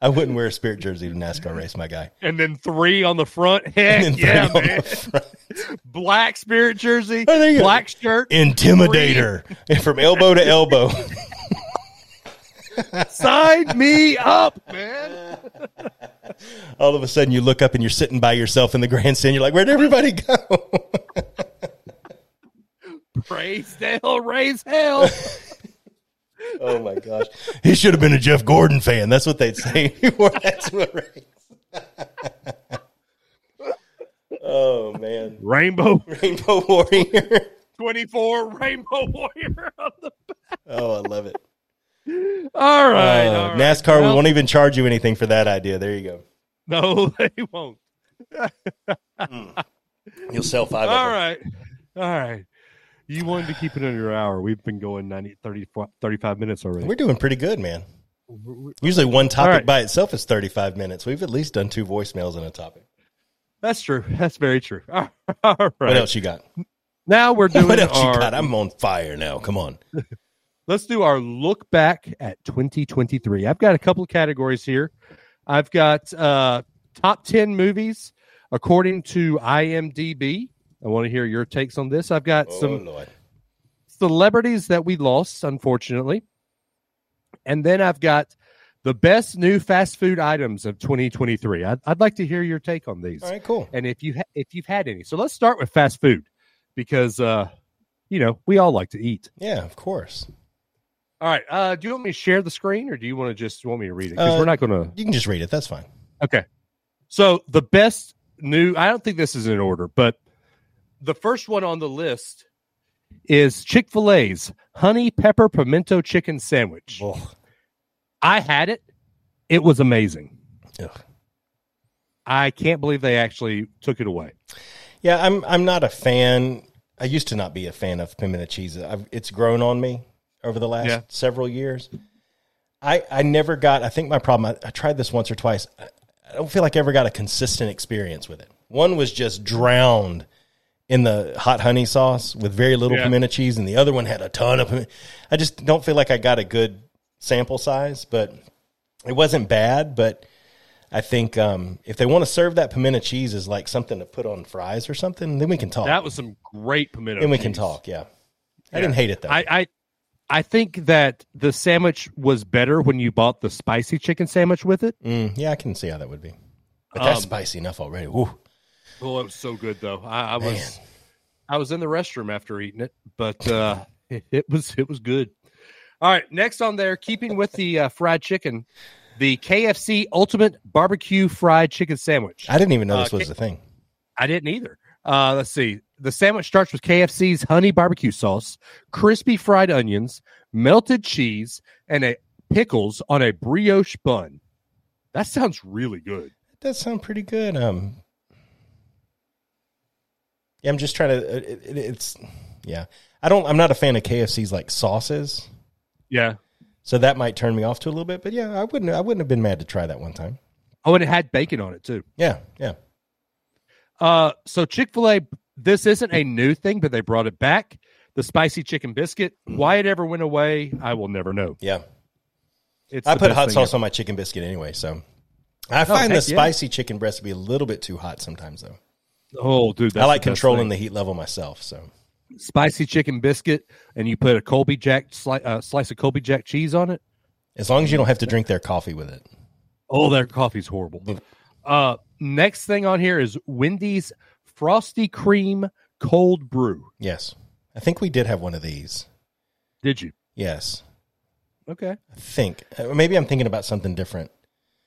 Speaker 2: I wouldn't wear a spirit jersey to a NASCAR race, my guy.
Speaker 1: And then three on the front.
Speaker 2: And
Speaker 1: Heck
Speaker 2: then
Speaker 1: yeah,
Speaker 2: throw it on
Speaker 1: man.
Speaker 2: the front.
Speaker 1: Black spirit jersey,
Speaker 2: Oh, there you go.
Speaker 1: black shirt,
Speaker 2: Intimidator from elbow to elbow.
Speaker 1: sign me up, man.
Speaker 2: All of a sudden, you look up and you're sitting by yourself in the grandstand. You're like, "Where'd everybody go?"
Speaker 1: Praise hell, raise hell.
Speaker 2: oh my gosh, he should have been a Jeff Gordon fan. That's what they'd say before that's what race. oh man,
Speaker 1: Rainbow
Speaker 2: Rainbow Warrior.
Speaker 1: twenty four, Rainbow Warrior on the
Speaker 2: Oh, I love it.
Speaker 1: All right,
Speaker 2: Uh,
Speaker 1: all right.
Speaker 2: NASCAR,
Speaker 1: Well-
Speaker 2: we won't even charge you anything for that idea. There you go.
Speaker 1: No, they won't.
Speaker 2: You'll sell five.
Speaker 1: All
Speaker 2: of them.
Speaker 1: right. All right. You wanted to keep it under an hour. We've been going 90, 30, 35 minutes already.
Speaker 2: We're doing pretty good, man. Usually one topic
Speaker 1: right.
Speaker 2: by itself is 35 minutes. We've at least done two voicemails on a topic.
Speaker 1: That's true. That's very true. All right.
Speaker 2: What else you got?
Speaker 1: Now we're doing
Speaker 2: What else
Speaker 1: our,
Speaker 2: you got? I'm on fire now. Come on.
Speaker 1: Let's do our look back at 2023. I've got a couple of categories here. I've got uh, top 10 movies according to IMDb. I want to hear your takes on this. I've got
Speaker 2: Oh,
Speaker 1: some
Speaker 2: Lord.
Speaker 1: celebrities that we lost, unfortunately. And then I've got the best new fast food items of 2023. I'd, I'd like to hear your take on these
Speaker 2: All right, cool.
Speaker 1: and if you ha- if you've had any. So let's start with fast food because uh, you know we all like to eat.
Speaker 2: Yeah, of course.
Speaker 1: All right. Uh, do you want me to share the screen, or do you want to just you want me to read it? Because
Speaker 2: Uh,
Speaker 1: we're not going to.
Speaker 2: You can just read it. That's fine.
Speaker 1: Okay. So the best new. I don't think this is in order, but the first one on the list is Chick Fil A's honey pepper pimento chicken sandwich.
Speaker 2: Ugh.
Speaker 1: I had it. It was amazing.
Speaker 2: Ugh.
Speaker 1: I can't believe they actually took it away.
Speaker 2: Yeah, I'm I'm not a fan. I used to not be a fan of pimento cheese. I've, it's grown on me over the last
Speaker 1: Yeah.
Speaker 2: several years. I I never got. I think my problem. I, I tried this once or twice. I, I don't feel like I ever got a consistent experience with it. One was just drowned in the hot honey sauce with very little
Speaker 1: Yeah.
Speaker 2: pimento cheese, and the other one had a ton of. pimento- I just don't feel like I got a good sample size, but it wasn't bad. But I think um, if they want to serve that pimento cheese as like something to put on fries or something, then we can talk.
Speaker 1: That was some great pimento.
Speaker 2: then we can
Speaker 1: cheese.
Speaker 2: talk. Yeah, I
Speaker 1: Yeah.
Speaker 2: didn't hate it though.
Speaker 1: I, I I think that the sandwich was better when you bought the spicy chicken sandwich with it.
Speaker 2: Mm, yeah, I can see how that would be. But that's
Speaker 1: Um,
Speaker 2: spicy enough already. Woo.
Speaker 1: Oh, it was so good though. I, I was I was in the restroom after eating it, but uh, it, it was it was good. All right, next on there, keeping with the uh, fried chicken, the KFC Ultimate Barbecue Fried Chicken Sandwich.
Speaker 2: I didn't even know
Speaker 1: Uh,
Speaker 2: this was
Speaker 1: ca-
Speaker 2: a thing.
Speaker 1: I didn't either. Uh, let's see. The sandwich starts with KFC's honey barbecue sauce, crispy fried onions, melted cheese, and a pickles on a brioche bun. That sounds really good.
Speaker 2: That sounds pretty good. Um, yeah, I'm just trying to. uh, It, it, it's yeah. I don't. I'm not a fan of KFC's like sauces,
Speaker 1: Yeah.
Speaker 2: so that might turn me off to a little bit. But yeah, I wouldn't. I wouldn't have been mad to try that one time.
Speaker 1: Oh, and it had bacon on it too.
Speaker 2: Yeah, yeah.
Speaker 1: Uh, so Chick Fil A. This isn't a new thing, but they brought it back. The spicy chicken biscuit. Why it ever went away, I will never know.
Speaker 2: Yeah.
Speaker 1: It's
Speaker 2: I
Speaker 1: the
Speaker 2: put
Speaker 1: best
Speaker 2: hot
Speaker 1: thing Oh,
Speaker 2: sauce on my chicken biscuit anyway, so I find the
Speaker 1: heck yeah.
Speaker 2: spicy chicken breast to be a little bit too hot sometimes though.
Speaker 1: ever. Oh, dude, that's
Speaker 2: I like
Speaker 1: the best
Speaker 2: controlling
Speaker 1: thing.
Speaker 2: the heat level myself, so
Speaker 1: spicy chicken biscuit, and you put a Colby Jack sli- uh, slice of Colby Jack cheese on it.
Speaker 2: as long as you don't have to drink their coffee with it.
Speaker 1: Oh, their coffee's horrible. Uh, next thing on here is Wendy's Frosty Cream Cold Brew.
Speaker 2: Yes. I think we did have one of these.
Speaker 1: Did you?
Speaker 2: Yes.
Speaker 1: Okay.
Speaker 2: I think. Uh, Maybe I'm thinking about something different.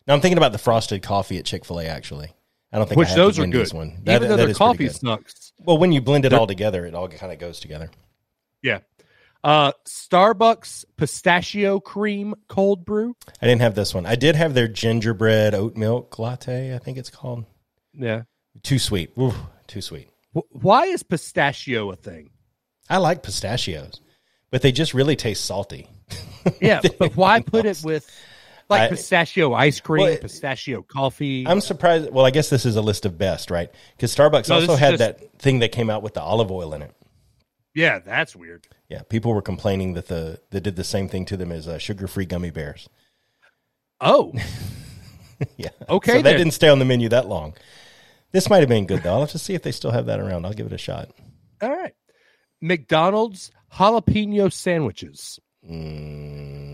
Speaker 2: No, I'm thinking about the frosted coffee at Chick-fil-A actually. I don't think I
Speaker 1: Which
Speaker 2: have
Speaker 1: those
Speaker 2: the
Speaker 1: are
Speaker 2: Wendy's
Speaker 1: good.
Speaker 2: one.
Speaker 1: Even though
Speaker 2: that
Speaker 1: their
Speaker 2: is pretty
Speaker 1: coffee
Speaker 2: good.
Speaker 1: sucks.
Speaker 2: Well, when you blend it
Speaker 1: They're-
Speaker 2: all together, it all kind of goes together.
Speaker 1: Yeah. Uh, Starbucks Pistachio Cream Cold Brew.
Speaker 2: I didn't have this one. I did have their gingerbread oat milk latte, I think it's called.
Speaker 1: Yeah.
Speaker 2: Too sweet. Oof, too sweet.
Speaker 1: Wh- why is pistachio a thing?
Speaker 2: I like pistachios, but they just really taste salty.
Speaker 1: Yeah, but why put it with like
Speaker 2: I-
Speaker 1: pistachio ice cream,
Speaker 2: Well, it-
Speaker 1: pistachio coffee?
Speaker 2: I'm surprised. Well, I guess this is a list of best, right? Because Starbucks
Speaker 1: No, this
Speaker 2: also
Speaker 1: is
Speaker 2: had
Speaker 1: just-
Speaker 2: that thing that came out with the olive oil in it.
Speaker 1: yeah, that's weird.
Speaker 2: Yeah, people were complaining that the they did the same thing to them as uh, sugar-free gummy bears.
Speaker 1: Oh,
Speaker 2: Yeah,
Speaker 1: Okay,
Speaker 2: So that
Speaker 1: then.
Speaker 2: didn't stay on the menu that long. This might have been good though. I'll have to see if they still have that around. I'll give it a shot.
Speaker 1: all right. McDonald's jalapeno sandwiches.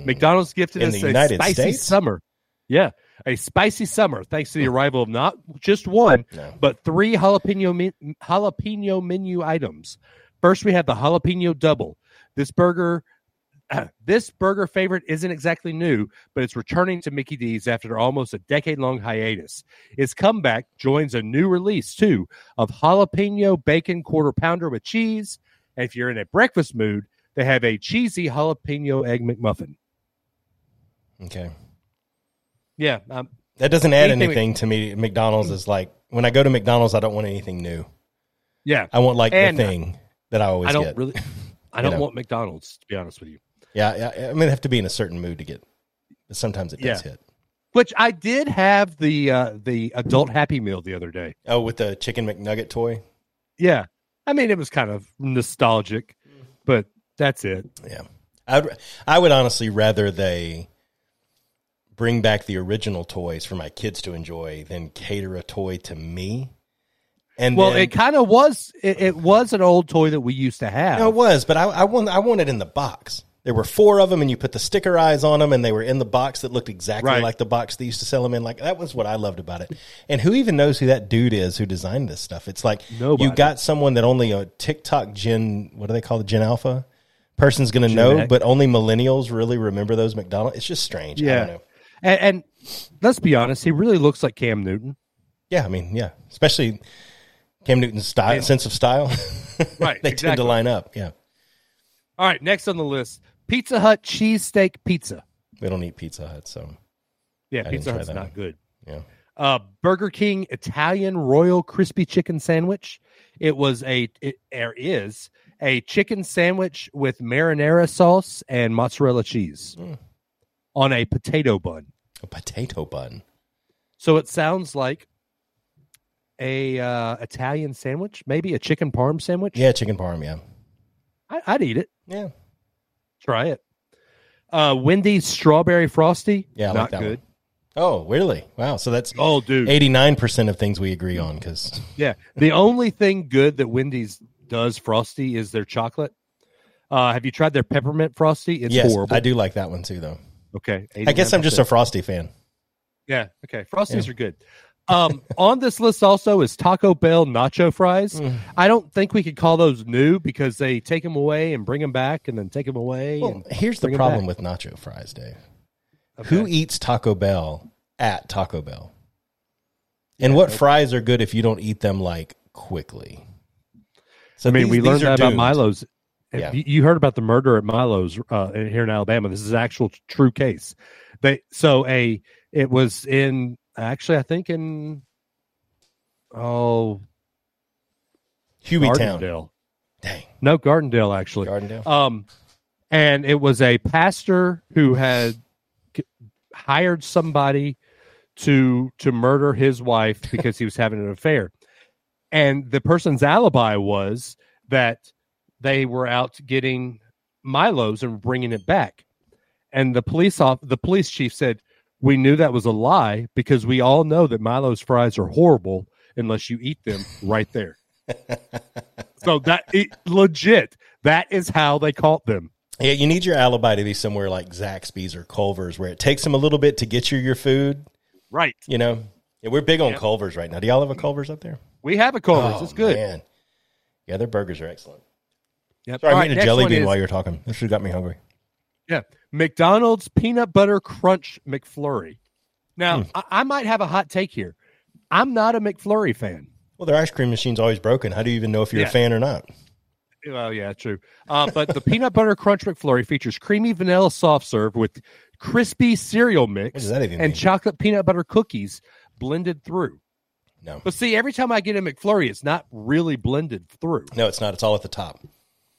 Speaker 1: McDonald's gifted
Speaker 2: Mm. In
Speaker 1: us
Speaker 2: the
Speaker 1: a
Speaker 2: United
Speaker 1: spicy
Speaker 2: States?
Speaker 1: summer. Yeah, a spicy summer thanks to the arrival of not just one,
Speaker 2: No.
Speaker 1: but three jalapeno men- jalapeno menu items. First, we have the jalapeno double. This burger, this burger favorite isn't exactly new, but it's returning to Mickey D's after almost a decade long hiatus. Its comeback joins a new release too of jalapeno bacon quarter pounder with cheese. And if you're in a breakfast mood, they have a cheesy jalapeno egg McMuffin.
Speaker 2: Okay,
Speaker 1: Yeah, um,
Speaker 2: That doesn't add
Speaker 1: Anything-
Speaker 2: anything to me. McDonald's is like when I go to McDonald's, I don't want anything new.
Speaker 1: Yeah,
Speaker 2: I want like
Speaker 1: And-
Speaker 2: the thing that I always
Speaker 1: I don't
Speaker 2: get.
Speaker 1: really. I
Speaker 2: You
Speaker 1: don't
Speaker 2: know.
Speaker 1: want McDonald's to be honest with you.
Speaker 2: Yeah, yeah, I mean, I have to be in a certain mood to get. But sometimes it does hit.
Speaker 1: Which I did have the uh, the adult Happy Meal the other day.
Speaker 2: Oh, with the chicken McNugget toy.
Speaker 1: Yeah, I mean it was kind of nostalgic, but that's it.
Speaker 2: Yeah, I'd I would honestly rather they bring back the original toys for my kids to enjoy than cater a toy to me. And
Speaker 1: Well,
Speaker 2: then,
Speaker 1: it kind of was. It, it was an old toy that we used to have.
Speaker 2: No, it was, but I, I want I want it in the box. There were four of them, and you put the sticker eyes on them, and they were in the box that looked exactly
Speaker 1: Right.
Speaker 2: like the box they used to sell them in. Like that was what I loved about it. And who even knows who that dude is who designed this stuff? It's like
Speaker 1: Nobody.
Speaker 2: you got someone that only a TikTok Gen, what do they call it, Gen Alpha person's going to know,
Speaker 1: X.
Speaker 2: but only millennials really remember those McDonald's. It's just strange. I
Speaker 1: Yeah.
Speaker 2: don't know.
Speaker 1: and, and let's be honest, he really looks like Cam Newton.
Speaker 2: Yeah, I mean, yeah, especially Cam Newton's style, sense of style.
Speaker 1: Right,
Speaker 2: they tend to
Speaker 1: exactly.
Speaker 2: line up. Yeah,
Speaker 1: All right, next on the list, Pizza Hut cheesesteak pizza.
Speaker 2: we don't eat Pizza Hut, so
Speaker 1: Yeah,
Speaker 2: didn't
Speaker 1: Pizza
Speaker 2: try
Speaker 1: Hut's
Speaker 2: that
Speaker 1: not
Speaker 2: one.
Speaker 1: good.
Speaker 2: yeah.
Speaker 1: uh, Burger King Italian Royal Crispy Chicken Sandwich. It was a it, there is a chicken sandwich with marinara sauce and mozzarella cheese
Speaker 2: Mm.
Speaker 1: on a potato bun.
Speaker 2: A potato bun.
Speaker 1: So it sounds like a uh, Italian sandwich, maybe a chicken parm sandwich.
Speaker 2: Yeah, chicken parm. Yeah,
Speaker 1: I, I'd eat it.
Speaker 2: yeah,
Speaker 1: Try it. Uh, Wendy's strawberry frosty.
Speaker 2: yeah. I
Speaker 1: not
Speaker 2: like that
Speaker 1: good.
Speaker 2: One. Oh, really? Wow. So that's
Speaker 1: Oh, dude.
Speaker 2: eighty nine percent of things we agree on. Because
Speaker 1: Yeah. The only thing good that Wendy's does frosty is their chocolate. Uh, have you tried their peppermint frosty? It's
Speaker 2: yes,
Speaker 1: horrible.
Speaker 2: I do like that one too, though.
Speaker 1: Okay.
Speaker 2: I guess I'm just a
Speaker 1: 89%.
Speaker 2: frosty fan.
Speaker 1: Yeah. Okay. Frosties are good. Um, on this list also is Taco Bell nacho fries. I don't think we could call those new because they take them away and bring them back and then take them away.
Speaker 2: Well,
Speaker 1: and-
Speaker 2: here's the
Speaker 1: bring it
Speaker 2: problem
Speaker 1: back.
Speaker 2: with nacho fries, Dave.
Speaker 1: Okay.
Speaker 2: Who eats Taco Bell at Taco Bell? And what fries are good if you don't eat them like quickly? So
Speaker 1: I mean,
Speaker 2: these-
Speaker 1: we
Speaker 2: these
Speaker 1: learned
Speaker 2: are
Speaker 1: that about
Speaker 2: doomed.
Speaker 1: Milo's.
Speaker 2: Yeah.
Speaker 1: You- You heard about the murder at Milo's uh, in- here in Alabama. This is an actual true case. They so a it was in actually I think in oh
Speaker 2: Huey Town.
Speaker 1: Gardendale.
Speaker 2: Dang,
Speaker 1: No, Gardendale actually.
Speaker 2: Gardendale.
Speaker 1: Um, and it was a pastor who had k- hired somebody to to murder his wife because he was having an affair, and the person's alibi was that they were out getting Milo's and bringing it back, and the police off the police chief said. We knew that was a lie because we all know that Milo's fries are horrible unless you eat them right there. so that it, legit, that is how they caught them.
Speaker 2: Yeah, you need your alibi to be somewhere like Zaxby's or Culver's, where it takes them a little bit to get you your food.
Speaker 1: Right.
Speaker 2: You know, yeah, we're big on Culver's right now. Do y'all have a Culver's up there?
Speaker 1: We have a Oh, Culver's. it's good.
Speaker 2: man. Yeah, their burgers are excellent.
Speaker 1: Yep.
Speaker 2: Sorry,
Speaker 1: All
Speaker 2: I
Speaker 1: right,
Speaker 2: need a
Speaker 1: next
Speaker 2: jelly
Speaker 1: one
Speaker 2: bean
Speaker 1: is-
Speaker 2: while you were talking. This should got me hungry.
Speaker 1: Yeah. McDonald's peanut butter crunch McFlurry. Now, I, I might have a hot take here. I'm not a McFlurry fan.
Speaker 2: Well, their ice cream machine's always broken. How do you even know if you're
Speaker 1: Yeah.
Speaker 2: a fan or not?
Speaker 1: Well, yeah, true. Uh, but the peanut butter crunch McFlurry features creamy vanilla soft serve with crispy cereal mix
Speaker 2: What does that even
Speaker 1: and
Speaker 2: mean?
Speaker 1: chocolate peanut butter cookies blended through.
Speaker 2: No,
Speaker 1: But see, every time I get a McFlurry, it's not really blended through.
Speaker 2: no, it's not. It's all at the top.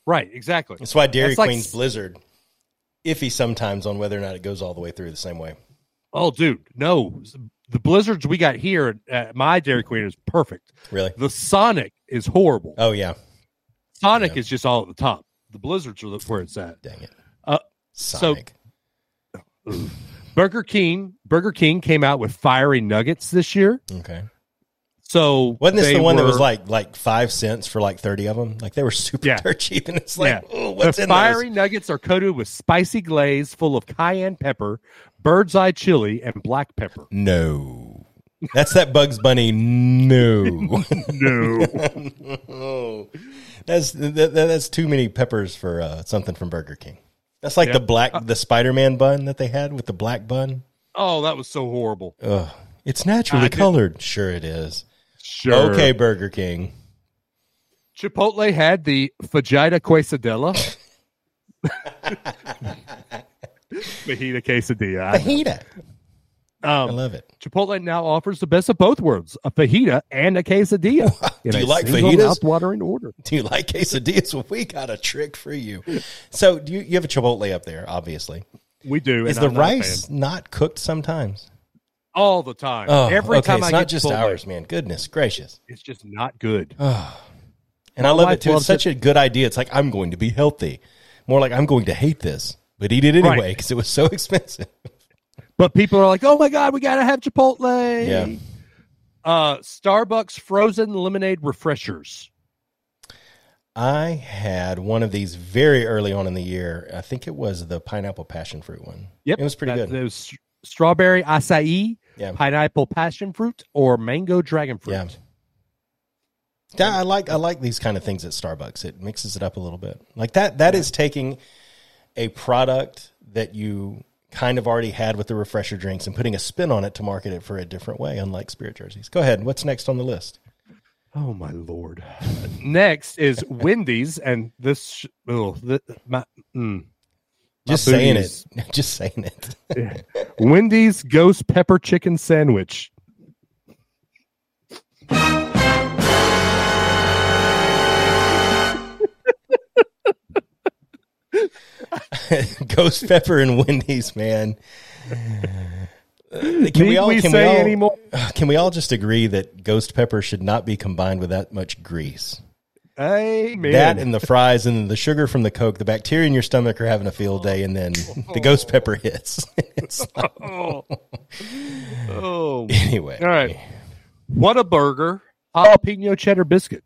Speaker 1: Right, exactly.
Speaker 2: That's why Dairy
Speaker 1: That's like
Speaker 2: Queen's
Speaker 1: s-
Speaker 2: Blizzard iffy sometimes on whether or not it goes all the way through the same way.
Speaker 1: Oh, dude, no. The blizzards we got here at my Dairy Queen is perfect.
Speaker 2: Really?
Speaker 1: The Sonic is horrible.
Speaker 2: Oh yeah,
Speaker 1: Sonic is just all at the top. The blizzards are the- where it's at.
Speaker 2: dang it.
Speaker 1: Uh,
Speaker 2: Sonic.
Speaker 1: Burger King, Burger King came out with fiery nuggets this year.
Speaker 2: okay.
Speaker 1: So
Speaker 2: Wasn't this
Speaker 1: they
Speaker 2: the one that
Speaker 1: were-
Speaker 2: was like like five cents for like thirty of them? Like they were super
Speaker 1: Yeah.
Speaker 2: dirt cheap, and it's like,
Speaker 1: Yeah.
Speaker 2: oh, what's
Speaker 1: the
Speaker 2: in
Speaker 1: fiery
Speaker 2: those?
Speaker 1: nuggets are coated with spicy glaze full of cayenne pepper, bird's eye chili, and black pepper.
Speaker 2: No, that's that Bugs Bunny. No,
Speaker 1: No.
Speaker 2: Oh. that's that, that's too many peppers for uh, something from Burger King. That's like the black
Speaker 1: Uh,
Speaker 2: the Spider Man bun that they had with the black bun.
Speaker 1: oh, that was so horrible.
Speaker 2: Ugh. It's naturally
Speaker 1: I did-
Speaker 2: colored. Sure, it is.
Speaker 1: Sure.
Speaker 2: Okay, Burger King.
Speaker 1: Chipotle had the fajita quesadilla. Fajita quesadilla. I-
Speaker 2: Fajita. I
Speaker 1: Um,
Speaker 2: love it.
Speaker 1: Chipotle now offers the best of both worlds: a fajita and a quesadilla. in
Speaker 2: Do
Speaker 1: a
Speaker 2: you like
Speaker 1: single
Speaker 2: fajitas?
Speaker 1: Mouth-watering order.
Speaker 2: Do you like quesadillas? Well, we got a trick for you. So, do you, you have a Chipotle up there? Obviously,
Speaker 1: We do.
Speaker 2: is
Speaker 1: and
Speaker 2: the
Speaker 1: I'm not a fan.
Speaker 2: rice not cooked sometimes?
Speaker 1: all the time?
Speaker 2: Oh,
Speaker 1: Every
Speaker 2: okay,
Speaker 1: time
Speaker 2: it's
Speaker 1: I
Speaker 2: not
Speaker 1: get
Speaker 2: just
Speaker 1: Chipotle,
Speaker 2: ours, Oh. man. Goodness gracious!
Speaker 1: It's just not good.
Speaker 2: And I love
Speaker 1: wife
Speaker 2: it too.
Speaker 1: loves
Speaker 2: It's such a good idea. It's like I'm going to be healthy, more like I'm going to hate this, but eat it anyway
Speaker 1: Right.
Speaker 2: because it was so expensive.
Speaker 1: But people are like, "Oh my god, we gotta have Chipotle."
Speaker 2: Yeah.
Speaker 1: Uh, Starbucks frozen lemonade refreshers.
Speaker 2: I had one of these very early on in the year. I think it was the pineapple passion fruit one.
Speaker 1: Yep,
Speaker 2: it was pretty
Speaker 1: That-
Speaker 2: good.
Speaker 1: Those s- strawberry acai,
Speaker 2: Yeah.
Speaker 1: pineapple passion fruit, or mango dragon fruit.
Speaker 2: Yeah. Yeah, I like I like these kind of things at Starbucks. It mixes it up a little bit. Like that That is taking a product that you kind of already had with the refresher drinks and putting a spin on it to market it for a different way, unlike spirit jerseys. Go ahead. What's next on the list?
Speaker 1: Oh my lord! Next is Wendy's, and this. sh- Oh, th- my. Mm. My
Speaker 2: Just saying
Speaker 1: booties.
Speaker 2: it. Just saying it.
Speaker 1: Wendy's ghost pepper chicken sandwich.
Speaker 2: Ghost Pepper and Wendy's, man. Can
Speaker 1: Need we say any more?
Speaker 2: Can we all just agree that ghost pepper should not be combined with that much grease?
Speaker 1: Amen.
Speaker 2: That and the fries and the sugar from the coke, the bacteria in your stomach are having a field day, and then the ghost pepper hits. It's like-
Speaker 1: oh. oh.
Speaker 2: anyway,
Speaker 1: All right. What a burger! Jalapeno cheddar biscuit.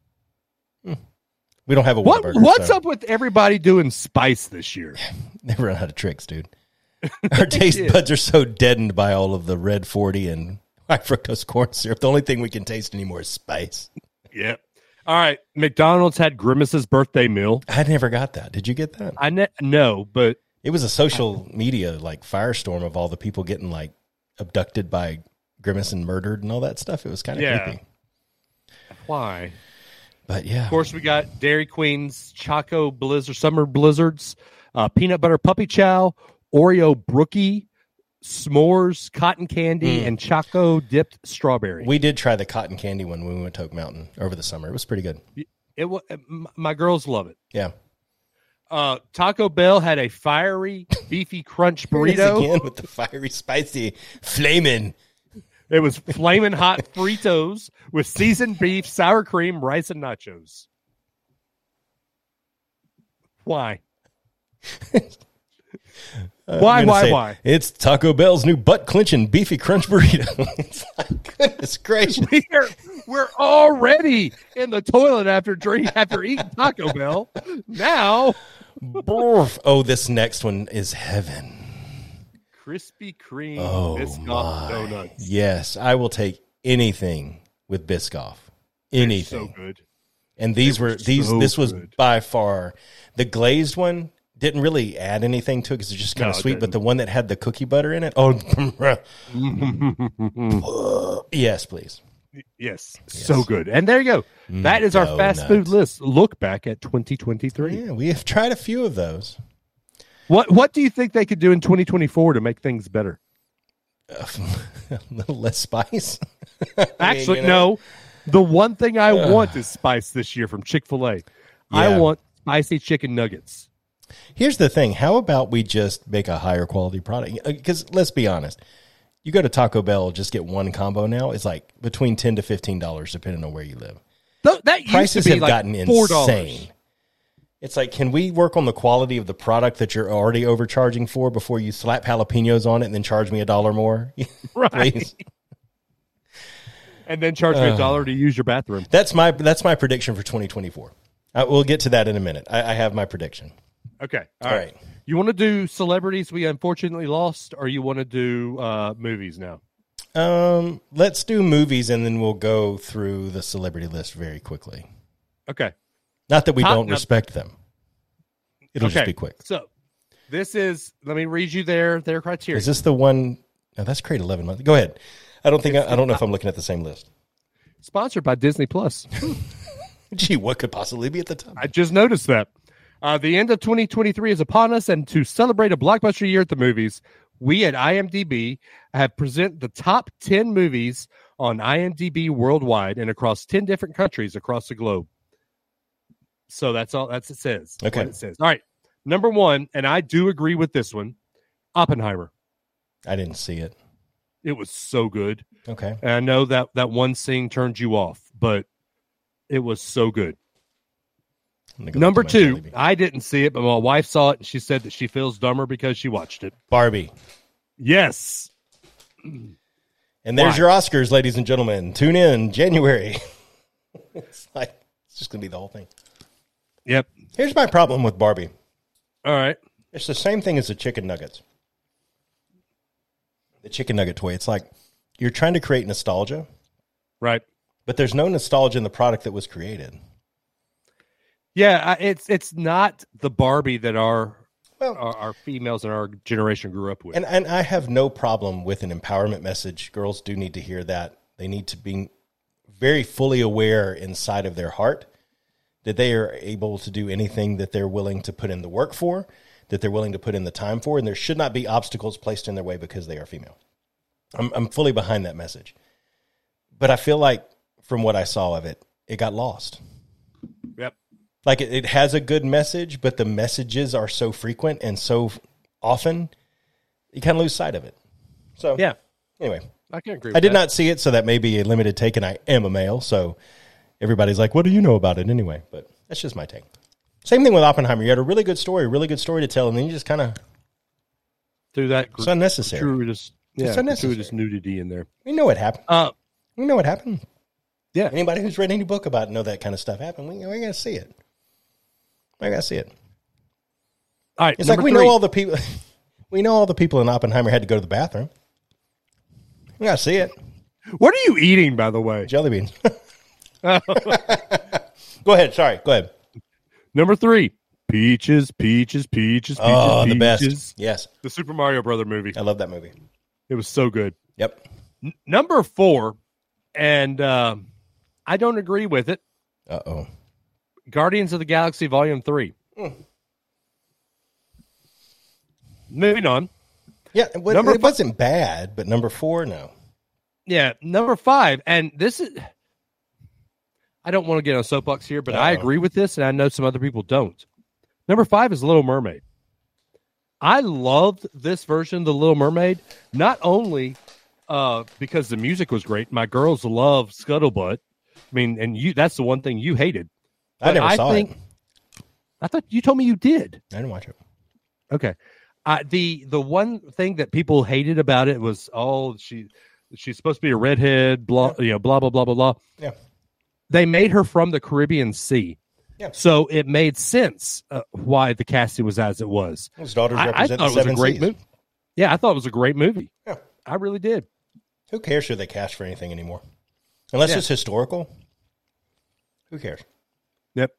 Speaker 2: we don't have a
Speaker 1: What?
Speaker 2: Whataburger,
Speaker 1: what's
Speaker 2: so
Speaker 1: up with everybody doing spice this year?
Speaker 2: They run out of tricks, dude. Our taste
Speaker 1: did.
Speaker 2: buds are so deadened by all of the red forty and high fructose corn syrup. The only thing we can taste anymore is spice.
Speaker 1: Yeah. All right. McDonald's had Grimace's birthday meal.
Speaker 2: I never got that. Did you get that?
Speaker 1: I ne- no, but
Speaker 2: It was a social media like firestorm of all the people getting like abducted by Grimace and murdered and all that stuff. It was kind of
Speaker 1: Yeah.
Speaker 2: creepy.
Speaker 1: why?
Speaker 2: But yeah,
Speaker 1: Of course, we got Dairy Queen's Choco Blizzard, Summer Blizzards, uh, Peanut Butter Puppy Chow, Oreo Brookie, S'mores, Cotton Candy,
Speaker 2: Mm.
Speaker 1: and Choco Dipped Strawberry.
Speaker 2: we did try the cotton candy one when we went to Oak Mountain over the summer. It was pretty good.
Speaker 1: it, wa- m- my girls love it.
Speaker 2: Yeah.
Speaker 1: Uh, Taco Bell had a fiery, beefy crunch
Speaker 2: Burrito
Speaker 1: burrito.
Speaker 2: again with the fiery, spicy, flaming.
Speaker 1: it was flaming hot Fritos with seasoned beef, sour cream, rice, and nachos. Why?
Speaker 2: Uh,
Speaker 1: Why,
Speaker 2: I'm
Speaker 1: why,
Speaker 2: gonna
Speaker 1: why?
Speaker 2: It's Taco Bell's new butt clenching beefy crunch burrito. it's like, goodness gracious.
Speaker 1: we're, we're already in the toilet after drink after eating Taco Bell. Now,
Speaker 2: Brrf. oh, this next one is heaven.
Speaker 1: Krispy Kreme
Speaker 2: Oh
Speaker 1: biscuit
Speaker 2: my.
Speaker 1: donuts.
Speaker 2: Yes, I will take anything with Biscoff. Anything.
Speaker 1: So good.
Speaker 2: and these were, these
Speaker 1: so
Speaker 2: this was
Speaker 1: good.
Speaker 2: by far the glazed one didn't really add anything to it because it's just kind
Speaker 1: No,
Speaker 2: of
Speaker 1: it
Speaker 2: sweet. But
Speaker 1: didn't.
Speaker 2: the one that had the cookie butter in it, oh yes, please.
Speaker 1: yes, so good. And there you go. That is our fast food
Speaker 2: Mm, donuts.
Speaker 1: list. Look back at 2023.
Speaker 2: Yeah, we have tried a few of those.
Speaker 1: What what do you think they could do in 2024 to make things better?
Speaker 2: Uh, a little less spice.
Speaker 1: Actually,
Speaker 2: you know.
Speaker 1: no. The one thing I want is spice this year from Chick fil A. I
Speaker 2: Yeah.
Speaker 1: want spicy chicken nuggets.
Speaker 2: Here's the thing: How about we just make a higher quality product? Because let's be honest, you go to Taco Bell, just get one combo now. It's like between ten to fifteen dollars, depending on where you live.
Speaker 1: Th- that used
Speaker 2: Prices
Speaker 1: to be
Speaker 2: have
Speaker 1: like
Speaker 2: gotten
Speaker 1: $4.
Speaker 2: insane. It's like, can we work on the quality of the product that you're already overcharging for before you slap jalapenos on it and then charge me a dollar more?
Speaker 1: Right.
Speaker 2: Please.
Speaker 1: and then charge
Speaker 2: Uh.
Speaker 1: me a dollar to use your bathroom.
Speaker 2: That's my that's my prediction for 2024. Uh, we'll get to that in a minute. I, I have my prediction.
Speaker 1: Okay.
Speaker 2: All right.
Speaker 1: You want to do celebrities we unfortunately lost, or you want to do uh, movies now?
Speaker 2: Um, let's do movies and then we'll go through the celebrity list very quickly.
Speaker 1: Okay.
Speaker 2: Not that we
Speaker 1: Top
Speaker 2: don't
Speaker 1: num-
Speaker 2: respect them. It'll
Speaker 1: okay.
Speaker 2: just be quick.
Speaker 1: So this is. Let me read you their their criteria.
Speaker 2: Is this the one? No, that's Crate 11 month. Go ahead. I don't think I, I don't know if I'm looking at the same list.
Speaker 1: Sponsored by Disney Plus.
Speaker 2: Gee, what could possibly be at the top?
Speaker 1: I just noticed that. Uh, the end of 2023 is upon us, and to celebrate a blockbuster year at the movies, we at IMDb have present the top 10 movies on IMDb worldwide and across 10 different countries across the globe. So that's all that's it says. That's
Speaker 2: Okay.
Speaker 1: what it says. All right. Number one, and I do agree with this one Oppenheimer.
Speaker 2: I didn't see it.
Speaker 1: It was so good.
Speaker 2: Okay.
Speaker 1: And I know that that one scene turned you off, but it was so good.
Speaker 2: I'm gonna go
Speaker 1: Number
Speaker 2: back to my
Speaker 1: two,
Speaker 2: Jollibee.
Speaker 1: I didn't see it, but my wife saw it and she said that she feels dumber because she watched it.
Speaker 2: Barbie.
Speaker 1: Yes.
Speaker 2: And there's
Speaker 1: Why?
Speaker 2: your Oscars, ladies and gentlemen. Tune in January. it's like it's just gonna be the whole thing.
Speaker 1: Yep.
Speaker 2: Here's my problem with Barbie.
Speaker 1: All right.
Speaker 2: It's the same thing as the chicken nuggets. The chicken nugget toy. It's like you're trying to create nostalgia,
Speaker 1: Right.
Speaker 2: but there's no nostalgia in the product that was created.
Speaker 1: Yeah, I, it's it's not the Barbie that our,
Speaker 2: Well,
Speaker 1: our our females in our generation grew up with.
Speaker 2: And and I have no problem with an empowerment message. Girls do need to hear that. They need to be very fully aware inside of their heart that they are able to do anything that they're willing to put in the work for, that they're willing to put in the time for, and there should not be obstacles placed in their way because they are female. I'm I'm fully behind that message. But I feel like from what I saw of it, it got lost
Speaker 1: yep.
Speaker 2: like it, it has a good message, but the messages are so frequent and so f- often, you kind of lose sight of it. So
Speaker 1: Yeah,
Speaker 2: Anyway,
Speaker 1: I can agree. With
Speaker 2: I did
Speaker 1: that.
Speaker 2: not see it, so that may be a limited take, and I am a male, so everybody's like, "What do you know about it?" Anyway, but that's just my take. Same thing with Oppenheimer. You had a really good story, really good story to tell, and then you just kind of
Speaker 1: do that.
Speaker 2: it's unnecessary.
Speaker 1: Gratuitous, yeah,
Speaker 2: unnecessary.
Speaker 1: gratuitous nudity in there.
Speaker 2: We know what happened.
Speaker 1: Uh,
Speaker 2: We know what happened.
Speaker 1: yeah.
Speaker 2: Anybody who's read any book about it know that kind of stuff happened. We we gotta see it. I gotta see it.
Speaker 1: All right.
Speaker 2: It's
Speaker 1: number
Speaker 2: like we
Speaker 1: three.
Speaker 2: know all the people. We know all the people in Oppenheimer had to go to the bathroom. We gotta see it.
Speaker 1: What are you eating, by the way?
Speaker 2: Jelly beans. go ahead. Sorry. Go ahead.
Speaker 1: Number three, peaches, peaches, peaches, peaches,
Speaker 2: Oh, the
Speaker 1: peaches.
Speaker 2: best. Yes,
Speaker 1: The Super Mario Brother movie.
Speaker 2: I love that movie.
Speaker 1: It was so good.
Speaker 2: Yep.
Speaker 1: Number four, and um, I don't agree with it.
Speaker 2: Uh oh.
Speaker 1: Guardians of the Galaxy Volume Three. Moving on.
Speaker 2: Yeah, it, wa-
Speaker 1: Number
Speaker 2: it
Speaker 1: fi-
Speaker 2: wasn't bad, but number four, no.
Speaker 1: Yeah, number five, and this is. I don't want to get on a soapbox here, but I
Speaker 2: Uh-oh.
Speaker 1: agree with this, and I know some other people don't. Number five is Little Mermaid. I loved this version of the Little Mermaid, not only uh, because the music was great. My girls love Scuttlebutt. I mean, and you—that's the one thing you hated.
Speaker 2: I
Speaker 1: But
Speaker 2: never
Speaker 1: I
Speaker 2: saw
Speaker 1: think-
Speaker 2: it.
Speaker 1: I thought you told me you did.
Speaker 2: I didn't watch it.
Speaker 1: Okay. Uh, the the one thing that people hated about it was oh she she's supposed to be a redhead blah you know blah blah blah blah blah.
Speaker 2: Yeah.
Speaker 1: They made her from the Caribbean Sea.
Speaker 2: Yeah.
Speaker 1: So it made sense uh, why the casting was as it was.
Speaker 2: His daughters
Speaker 1: I, I
Speaker 2: represent
Speaker 1: thought it
Speaker 2: the
Speaker 1: was a
Speaker 2: seven
Speaker 1: great
Speaker 2: seas.
Speaker 1: movie. Yeah, I thought it was a great movie.
Speaker 2: Yeah.
Speaker 1: I really did.
Speaker 2: Who cares who they cast for anything anymore? Unless
Speaker 1: Yeah.
Speaker 2: it's historical. Who cares?
Speaker 1: Yep.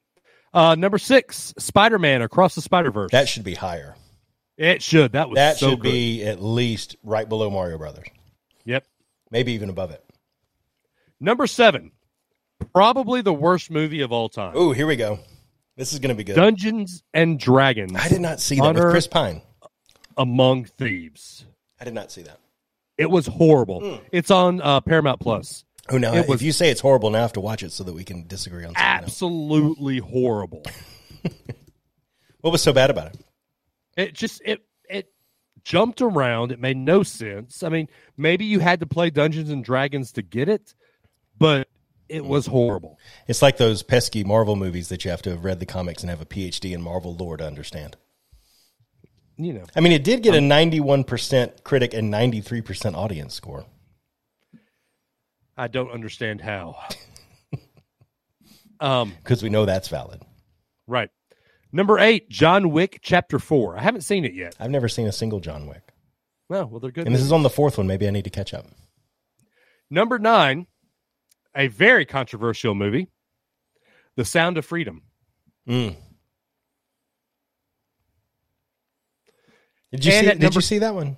Speaker 1: Uh, number six, Spider Man Across the Spider Verse.
Speaker 2: That should be higher.
Speaker 1: It should. That was
Speaker 2: That
Speaker 1: so
Speaker 2: should
Speaker 1: good.
Speaker 2: be at least right below Mario Brothers,
Speaker 1: Yep.
Speaker 2: maybe even above it.
Speaker 1: Number seven, probably the worst movie of all time.
Speaker 2: Oh, here we go. This is going to be good.
Speaker 1: Dungeons and Dragons.
Speaker 2: I did not see that with
Speaker 1: Honor-
Speaker 2: Chris Pine.
Speaker 1: Among Thieves.
Speaker 2: I did not see that.
Speaker 1: It was horrible.
Speaker 2: Hmm.
Speaker 1: It's on uh, Paramount Plus.
Speaker 2: Oh no!
Speaker 1: It was- Ah.
Speaker 2: if you say it's horrible, now I have to watch it so that we can disagree on something. else.
Speaker 1: Absolutely horrible.
Speaker 2: What was so bad about it?
Speaker 1: It just it it jumped around. It made no sense. I mean, maybe you had to play Dungeons and Dragons to get it, but
Speaker 2: Hmm.
Speaker 1: it was horrible.
Speaker 2: It's like those pesky Marvel movies that you have to have read the comics and have a PhD in Marvel lore to understand.
Speaker 1: You know.
Speaker 2: I mean, it did get
Speaker 1: Um,
Speaker 2: a ninety-one percent critic and ninety-three percent audience score.
Speaker 1: I don't understand how. um,
Speaker 2: because we know that's valid.
Speaker 1: right. Number eight, John Wick Chapter Four. I haven't seen it yet.
Speaker 2: I've never seen a single John Wick,
Speaker 1: No, well, they're good.
Speaker 2: and this is on the fourth one. Maybe I need to catch up.
Speaker 1: Number nine, a very controversial movie, The Sound of Freedom.
Speaker 2: Mm. Did you
Speaker 1: And
Speaker 2: see?
Speaker 1: at
Speaker 2: Did
Speaker 1: number-
Speaker 2: you see that one?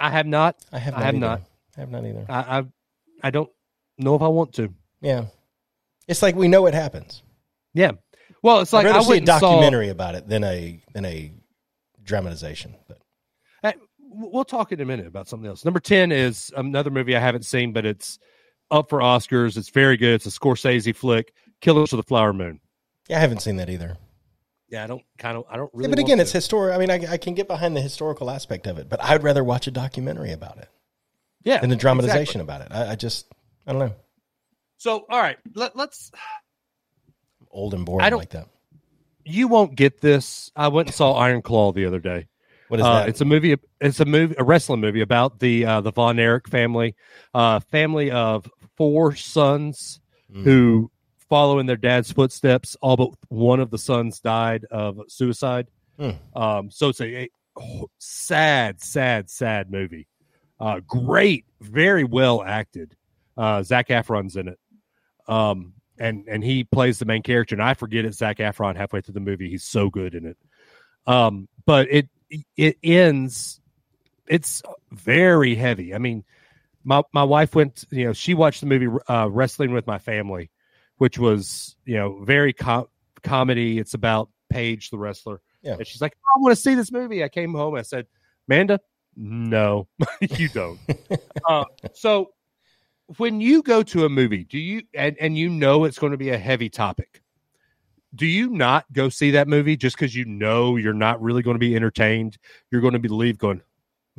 Speaker 1: I have not.
Speaker 2: I have.
Speaker 1: I
Speaker 2: Not
Speaker 1: have
Speaker 2: either.
Speaker 1: not.
Speaker 2: I have not either.
Speaker 1: I, I I don't know if I want to.
Speaker 2: yeah, it's like we know what happens.
Speaker 1: Yeah. Well, it's like
Speaker 2: I'd
Speaker 1: I
Speaker 2: rather see a
Speaker 1: wouldn't saw-
Speaker 2: documentary about it than a than a dramatization. But
Speaker 1: Uh, we'll talk in a minute about something else. Number 10 is another movie I haven't seen, but it's up for Oscars. It's very good. It's a Scorsese flick, Killers of the Flower Moon.
Speaker 2: Yeah, I haven't seen that either.
Speaker 1: Yeah, I don't kind of, I don't
Speaker 2: Yeah,
Speaker 1: really.
Speaker 2: but
Speaker 1: want
Speaker 2: again, it's
Speaker 1: to.
Speaker 2: historic. I mean, I, I can get behind the historical aspect of it, but I'd rather watch a documentary about it
Speaker 1: yeah,
Speaker 2: than the
Speaker 1: exactly.
Speaker 2: dramatization about it. I, I just, I don't know,
Speaker 1: So, all right, let, let's.
Speaker 2: old and bored
Speaker 1: I don't-
Speaker 2: like that.
Speaker 1: You won't get this. I went and saw Iron Claw the other day.
Speaker 2: What is
Speaker 1: Uh,
Speaker 2: that?
Speaker 1: It's a movie. It's a movie, a wrestling movie about the uh, the Von Erich family, uh, family of four sons
Speaker 2: Mm.
Speaker 1: who follow in their dad's footsteps. All but one of the sons died of suicide.
Speaker 2: Hmm.
Speaker 1: Um, so it's a, a ho- sad, sad, sad movie. Uh, great, very well acted. Uh, Zach Efron's in it. Um, and and he plays the main character, and I forget it's Zach Efron halfway through the movie. He's so good in it. Um, but it it ends. It's very heavy. I mean, my my wife went. You know, she watched the movie uh, Wrestling with My Family, which was you know very com- comedy. It's about Paige the wrestler,
Speaker 2: Yeah.
Speaker 1: and she's like, "I want to see this movie." I came home. I said, "Manda, no, you don't." uh, so when you go to a movie, do you and, and you know it's going to be a heavy topic? Do you not go see that movie just because you know you're not really going to be entertained? You're going to be leave going,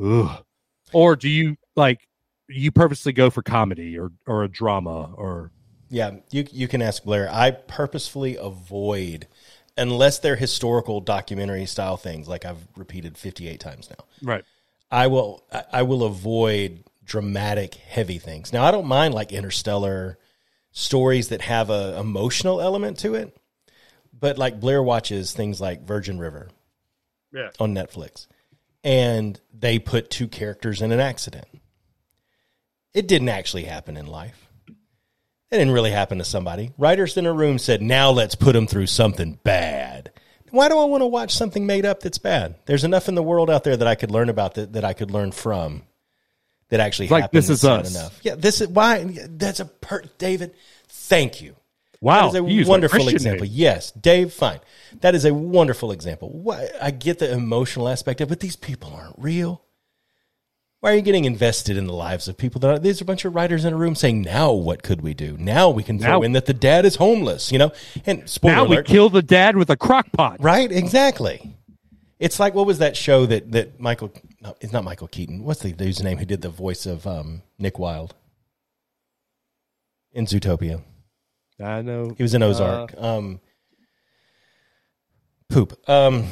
Speaker 1: ugh. Or do you like you purposely go for comedy or or a drama or
Speaker 2: Yeah, you you can ask Blair. I purposefully avoid unless they're historical documentary style things, like I've repeated fifty eight times now.
Speaker 1: right?
Speaker 2: I will I I will avoid dramatic heavy things. Now I don't mind like interstellar stories that have a emotional element to it, but like Blair watches things like Virgin River
Speaker 1: Yeah.
Speaker 2: on Netflix, and they put two characters in an accident. It didn't actually happen in life. It didn't really happen to somebody. Writers in a room said, "Now let's put them through something bad." Why do I want to watch something made up that's bad? There's enough in the world out there that I could learn about that, that I could learn from that actually
Speaker 1: It's like,
Speaker 2: happened
Speaker 1: This Is
Speaker 2: that's
Speaker 1: Us.
Speaker 2: not Enough. Yeah, this is why. That's a per David. Thank you.
Speaker 1: Wow,
Speaker 2: That
Speaker 1: you
Speaker 2: is
Speaker 1: used
Speaker 2: a
Speaker 1: my
Speaker 2: wonderful
Speaker 1: Christian
Speaker 2: example.
Speaker 1: name.
Speaker 2: Yes, Dave, fine. That is a wonderful example. Why I get the emotional aspect of it, but these people aren't real. Why are you getting invested in the lives of people that are, these are a bunch of writers in a room saying, now what could we do? Now we can throw
Speaker 1: Now-
Speaker 2: in that the dad is homeless, you know? And spoiler
Speaker 1: Now we
Speaker 2: alert,
Speaker 1: kill the dad with a crock pot.
Speaker 2: right? Exactly. It's like, what was that show that, that Michael, no, it's not Michael Keaton. What's the dude's name who did the voice of um, Nick Wilde in Zootopia?
Speaker 1: I know.
Speaker 2: He was in Ozark. um, poop. Um,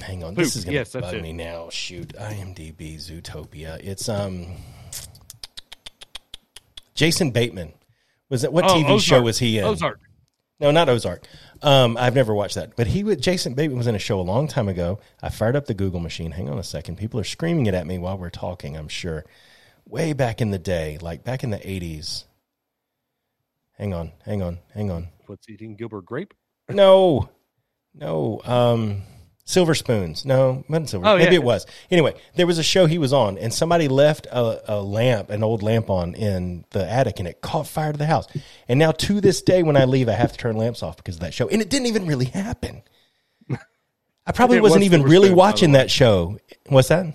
Speaker 2: hang on.
Speaker 1: Poop.
Speaker 2: This is gonna
Speaker 1: Yes, that's
Speaker 2: bug
Speaker 1: it.
Speaker 2: me now. Shoot. IMDb Zootopia. It's um, Jason Bateman. Was that what
Speaker 1: Oh,
Speaker 2: TV show
Speaker 1: Ozark.
Speaker 2: was he in?
Speaker 1: Ozark.
Speaker 2: No, not Ozark. Um, I've never watched that. But he was Jason Bateman was in a show a long time ago. I fired up the Google machine. Hang on a second. People are screaming it at me while we're talking, I'm sure. Way back in the day, like back in the 80s. Hang on, hang on, hang on.
Speaker 1: What's eating Gilbert Grape?
Speaker 2: No, no. Um, Silver Spoons. No, wasn't Silver.
Speaker 1: Oh, yeah.
Speaker 2: Maybe it was. Anyway, there was a show he was on, and somebody left a, a lamp, an old lamp on in the attic, and it caught fire to the house. And now to this day, when I leave, I have to turn lamps off because of that show. And it didn't even really happen. I probably
Speaker 1: It was
Speaker 2: wasn't even
Speaker 1: Silver
Speaker 2: really
Speaker 1: Spoons, by the
Speaker 2: watching
Speaker 1: way.
Speaker 2: that show. What's that?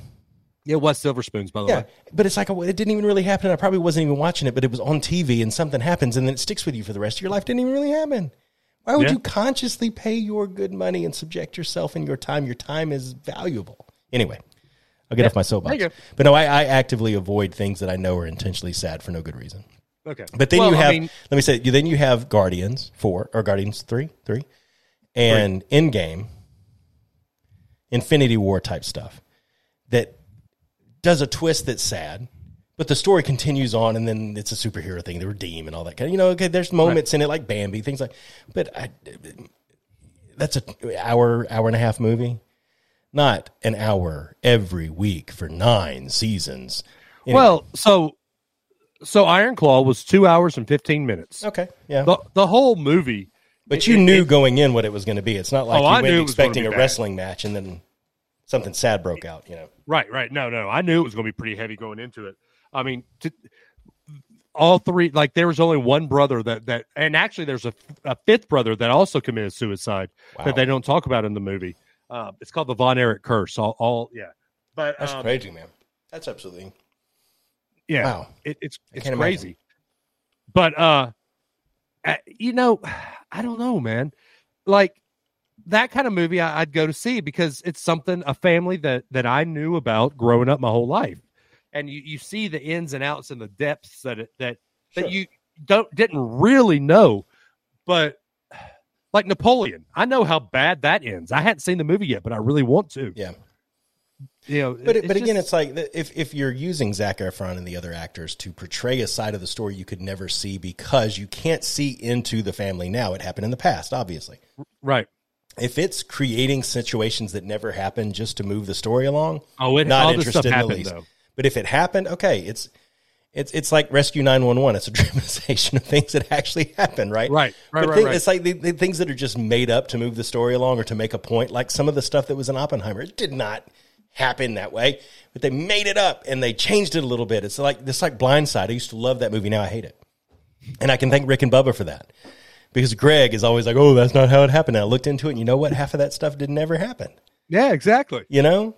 Speaker 1: Yeah, it was Silver Spoons, by the
Speaker 2: Yeah,
Speaker 1: way.
Speaker 2: but it's like it didn't even really happen. And I probably wasn't even watching it, but it was on TV, and something happens, and then it sticks with you for the rest of your life. Didn't even really happen. Why would
Speaker 1: Yeah.
Speaker 2: you consciously pay your good money and subject yourself and your time? Your time is valuable. Anyway, I'll get off my soapbox.
Speaker 1: There you go.
Speaker 2: But no, I, I actively avoid things that I know are intentionally sad for no good reason.
Speaker 1: Okay.
Speaker 2: But then
Speaker 1: Well,
Speaker 2: you
Speaker 1: I
Speaker 2: have,
Speaker 1: mean,
Speaker 2: let me say, then you have Guardians four or Guardians three, three, and Endgame, Infinity War type stuff that does a twist that's sad, but the story continues on, and then it's a superhero thing, the redeem and all that kind of, you know, okay, there's moments in it like Bambi, things like, but I, that's a hour, hour and a half movie, not an hour every week for nine seasons. Anyway.
Speaker 1: well, so so Iron Claw was two hours and fifteen minutes.
Speaker 2: okay, yeah.
Speaker 1: The the whole movie.
Speaker 2: But you knew going in what it was going to be. It's not like
Speaker 1: Oh,
Speaker 2: you
Speaker 1: I
Speaker 2: went
Speaker 1: knew it was gonna
Speaker 2: expecting
Speaker 1: be
Speaker 2: a
Speaker 1: bad.
Speaker 2: wrestling match and then something sad broke out. You know,
Speaker 1: Right, right. No, no. I knew it was going to be pretty heavy going into it. I mean, to, all three. Like there was only one brother that that, and actually there's a, a fifth brother that also committed suicide
Speaker 2: Wow.
Speaker 1: that they don't talk about in the movie. Uh, it's called the Von Erich curse. All, all yeah. But um,
Speaker 2: crazy, man. That's absolutely.
Speaker 1: Yeah.
Speaker 2: Wow.
Speaker 1: It, it's
Speaker 2: I
Speaker 1: it's
Speaker 2: can't
Speaker 1: crazy. But uh, I- you know, I don't know, man. Like that kind of movie, I, I'd go to see because it's something a family that that I knew about growing up my whole life, and you you see the ins and outs and the depths that it, that that you don't didn't really know, but. Like Napoleon, I know how bad that ends. I hadn't seen the movie yet, but I really want to.
Speaker 2: Yeah.
Speaker 1: You know,
Speaker 2: But, it, but again,
Speaker 1: just-
Speaker 2: it's like the- if, if you're using Zach Efron and the other actors to portray a side of the story you could never see because you can't see into the family now. It happened in the past, obviously.
Speaker 1: right.
Speaker 2: If it's creating situations that never happened just to move the story along,
Speaker 1: Oh, it,
Speaker 2: Not
Speaker 1: all this stuff
Speaker 2: interested in the
Speaker 1: happened
Speaker 2: least.
Speaker 1: though.
Speaker 2: But if it happened, okay, it's it's it's like Rescue 911. It's a dramatization of things that actually happen, right?
Speaker 1: Right, right,
Speaker 2: But
Speaker 1: right,
Speaker 2: thi-
Speaker 1: right.
Speaker 2: It's like the, the things that are just made up to move the story along or to make a point, like some of the stuff that was in Oppenheimer. It did not happen that way, but they made it up and they changed it a little bit. It's like this like Blindside. I used to love that movie. Now I hate it. And I can thank Rick and Bubba for that. Because Greg is always like, oh, that's not how it happened. And I looked into it, and you know what? Half of that stuff didn't ever happen
Speaker 1: Yeah, exactly.
Speaker 2: you know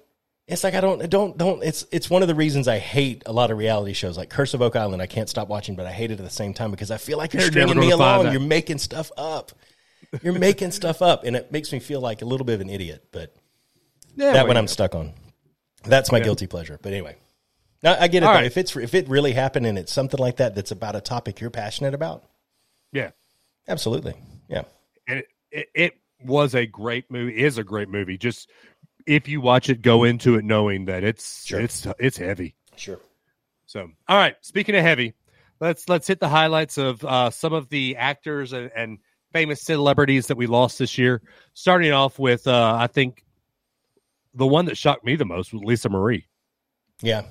Speaker 2: it's like i don't don't don't it's it's one of the reasons i hate a lot of reality shows like curse of oak island i can't stop watching but i hate it at the same time because i feel like you're
Speaker 1: They're never
Speaker 2: stringing me
Speaker 1: gonna find
Speaker 2: along
Speaker 1: that.
Speaker 2: you're making stuff up you're making stuff up and it makes me feel like a little bit of an idiot but
Speaker 1: Yeah,
Speaker 2: that
Speaker 1: well,
Speaker 2: one i'm stuck on that's my guilty pleasure but anyway no, i get it
Speaker 1: All
Speaker 2: though.
Speaker 1: right.
Speaker 2: if it's if it really happened and it's something like that that's about a topic you're passionate about
Speaker 1: Yeah,
Speaker 2: absolutely yeah
Speaker 1: and it, it, it was a great movie. Is a great movie. Just if you watch it, go into it knowing that it's
Speaker 2: Sure.
Speaker 1: it's it's heavy.
Speaker 2: sure
Speaker 1: So, all right. Speaking of heavy, let's let's hit the highlights of uh, some of the actors and, and famous celebrities that we lost this year. Starting off with, uh, I think the one that shocked me the most was Lisa Marie.
Speaker 2: yeah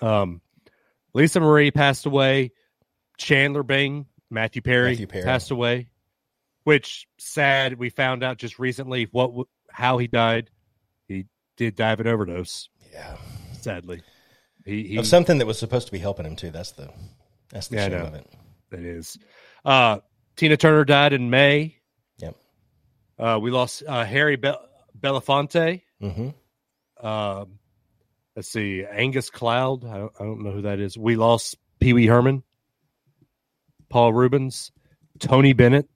Speaker 1: Um, Lisa Marie passed away. Chandler Bing, Matthew Perry,
Speaker 2: Matthew Perry.
Speaker 1: passed away, which sad. We found out just recently what w- how he died. He did die of an overdose.
Speaker 2: yeah
Speaker 1: Sadly, he, he
Speaker 2: of something that was supposed to be helping him too that's the that's the
Speaker 1: Yeah, I
Speaker 2: shame
Speaker 1: know.
Speaker 2: of it
Speaker 1: that is. Uh, Tina Turner died in May.
Speaker 2: Yep.
Speaker 1: Uh, we lost uh, Harry Be- Belafonte.
Speaker 2: mm-hmm
Speaker 1: Um, let's see, Angus Cloud. I don't, I don't know who that is. We lost Pee Wee Herman, Paul Rubens, Tony Bennett.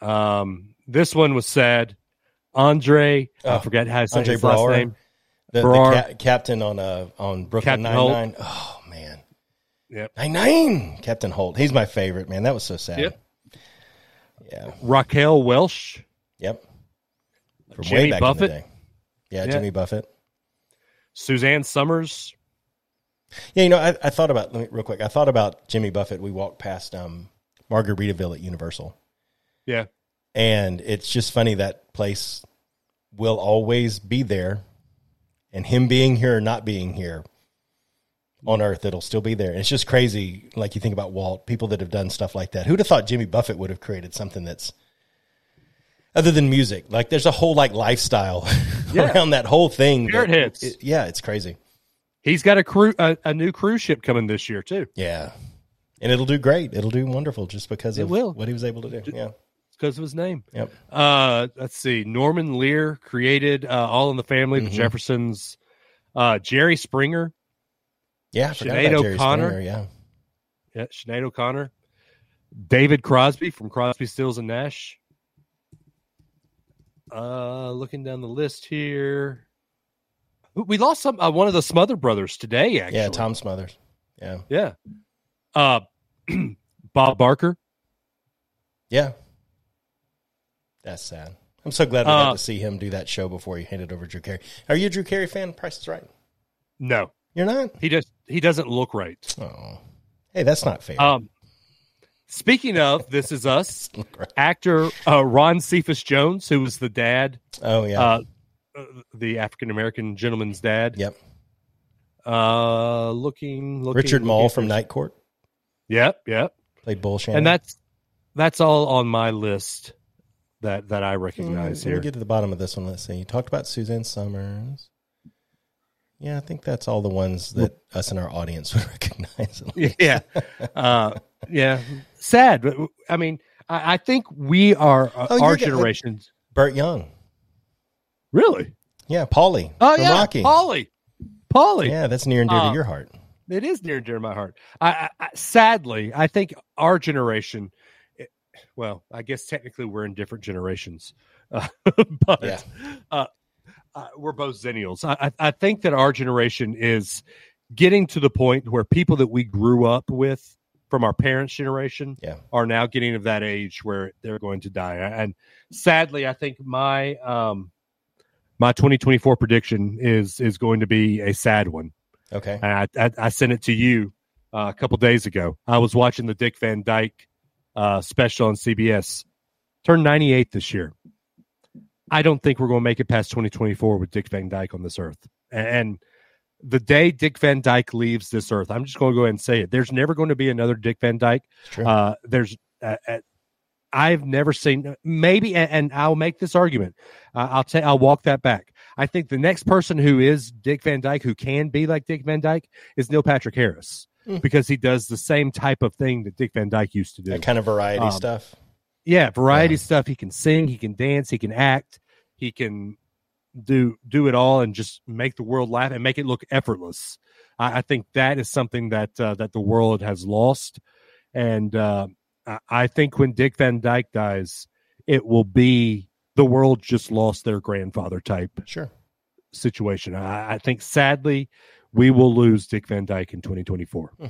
Speaker 1: Um, this one was sad. Andre, I
Speaker 2: Oh,
Speaker 1: forget how to say
Speaker 2: Andre
Speaker 1: his last
Speaker 2: Braugher.
Speaker 1: name.
Speaker 2: the, the
Speaker 1: Brar.
Speaker 2: ca- captain on uh on Brooklyn
Speaker 1: Captain
Speaker 2: Nine
Speaker 1: Holt.
Speaker 2: Nine. Oh man,
Speaker 1: Yep.
Speaker 2: Nine Nine. Captain Holt. He's my favorite man. That was so sad.
Speaker 1: Yep.
Speaker 2: Yeah.
Speaker 1: Raquel Welsh.
Speaker 2: Yep. From
Speaker 1: Jimmy Buffett.
Speaker 2: day. Yeah,
Speaker 1: Yeah.
Speaker 2: Jimmy Buffett.
Speaker 1: Suzanne Summers.
Speaker 2: Yeah, you know, I, I thought about let me, real quick. I thought about Jimmy Buffett. We walked past um, Margaritaville at Universal,
Speaker 1: Yeah.
Speaker 2: and it's just funny that place will always be there, and him being here or not being here on Earth, it'll still be there. And it's just crazy. Like you think about Walt, people that have done stuff like that. Who'd have thought Jimmy Buffett would have created something that's other than music? Like there's a whole like lifestyle
Speaker 1: Yeah.
Speaker 2: around that whole thing. that-
Speaker 1: Spirit hits.
Speaker 2: it- yeah, it's crazy.
Speaker 1: He's got a crew, a, a new cruise ship coming this year too,
Speaker 2: Yeah. And it'll do great. It'll do wonderful just because
Speaker 1: It
Speaker 2: of
Speaker 1: will.
Speaker 2: what he was able to do. Yeah.
Speaker 1: because of his name.
Speaker 2: Yep.
Speaker 1: Uh, let's see. Norman Lear created uh, All in the Family, The
Speaker 2: Mhm.
Speaker 1: Jeffersons. Uh, Jerry Springer,
Speaker 2: Yeah. I forgot
Speaker 1: Sinead
Speaker 2: about Jerry
Speaker 1: O'Connor.
Speaker 2: Springer, Yeah.
Speaker 1: yeah, Sinead O'Connor, David Crosby from Crosby, Stills and Nash. Uh, looking down the list here, we lost some uh, one of the Smother Brothers today. Actually,
Speaker 2: Yeah. Tom Smothers. Yeah.
Speaker 1: Yeah. Uh, Bob Barker.
Speaker 2: Yeah. That's sad. I'm so glad we got
Speaker 1: Uh,
Speaker 2: to see him do that show before he handed over Drew Carey. Are you a Drew Carey fan? Price is right.
Speaker 1: No,
Speaker 2: You're not?
Speaker 1: he just he doesn't look right.
Speaker 2: Oh. Hey, that's not fair.
Speaker 1: Um, speaking of, this is us.
Speaker 2: Look right.
Speaker 1: actor uh, Ron Cephas Jones, who was the dad,
Speaker 2: oh yeah.
Speaker 1: uh, uh, the African American gentleman's dad.
Speaker 2: yep.
Speaker 1: Uh, looking, looking
Speaker 2: Richard Mall
Speaker 1: looking-
Speaker 2: from Night Court
Speaker 1: Yep, yep.
Speaker 2: played Bull Shannon.
Speaker 1: And that's that's all on my list that that I
Speaker 2: Mm,
Speaker 1: recognize
Speaker 2: Let
Speaker 1: here.
Speaker 2: me get to the bottom of this one. Let's see. You talked about Suzanne Summers. Yeah, I think that's all the ones that us and our audience would recognize.
Speaker 1: yeah, uh, yeah. Sad, but I mean, I, I think we are uh,
Speaker 2: Oh, you
Speaker 1: our
Speaker 2: got-
Speaker 1: generations.
Speaker 2: Burt Young.
Speaker 1: Really?
Speaker 2: Yeah, Polly.
Speaker 1: Oh
Speaker 2: from
Speaker 1: yeah,
Speaker 2: Rocky.
Speaker 1: Polly. Polly.
Speaker 2: Yeah, that's near and dear
Speaker 1: Uh,
Speaker 2: to your heart.
Speaker 1: It is near and dear to my heart. I, I, I sadly, I think our generation. it- Well, I guess technically we're in different generations, uh, but
Speaker 2: Yeah.
Speaker 1: uh, uh, we're both zennials. I, I, I think that our generation is getting to the point where people that we grew up with from our parents' generation
Speaker 2: Yeah.
Speaker 1: are now getting of that age where they're going to die. And sadly, I think my um, my 2024 prediction is is going to be a sad one
Speaker 2: Okay.
Speaker 1: and I, I, I sent it to you uh, a couple days ago. I was watching the Dick Van Dyke uh, special on CBS. Turned 98 this year. I don't think we're going to make it past 2024 with Dick Van Dyke on this earth. And the day Dick Van Dyke leaves this earth, I'm just going to go ahead and say it. There's never going to be another Dick Van Dyke.
Speaker 2: It's true.
Speaker 1: Uh, there's, uh, uh, I've never seen maybe, and, and I'll make this argument. Uh, I'll say I'll walk that back. I think the next person who is Dick Van Dyke, who can be like Dick Van Dyke, is Neil Patrick Harris
Speaker 2: Mm.
Speaker 1: because he does the same type of thing that Dick Van Dyke used to do.
Speaker 2: that kind of variety
Speaker 1: um,
Speaker 2: stuff.
Speaker 1: yeah, variety stuff. He can sing, he can dance, he can act, he can do do it all, and just make the world laugh and make it look effortless. I, I think that is something that uh, that the world has lost, and uh, I, I think when Dick Van Dyke dies, it will be the world just lost their grandfather type
Speaker 2: Sure.
Speaker 1: situation. I, I think sadly, we will lose Dick Van Dyke in 2024.
Speaker 2: Hmm.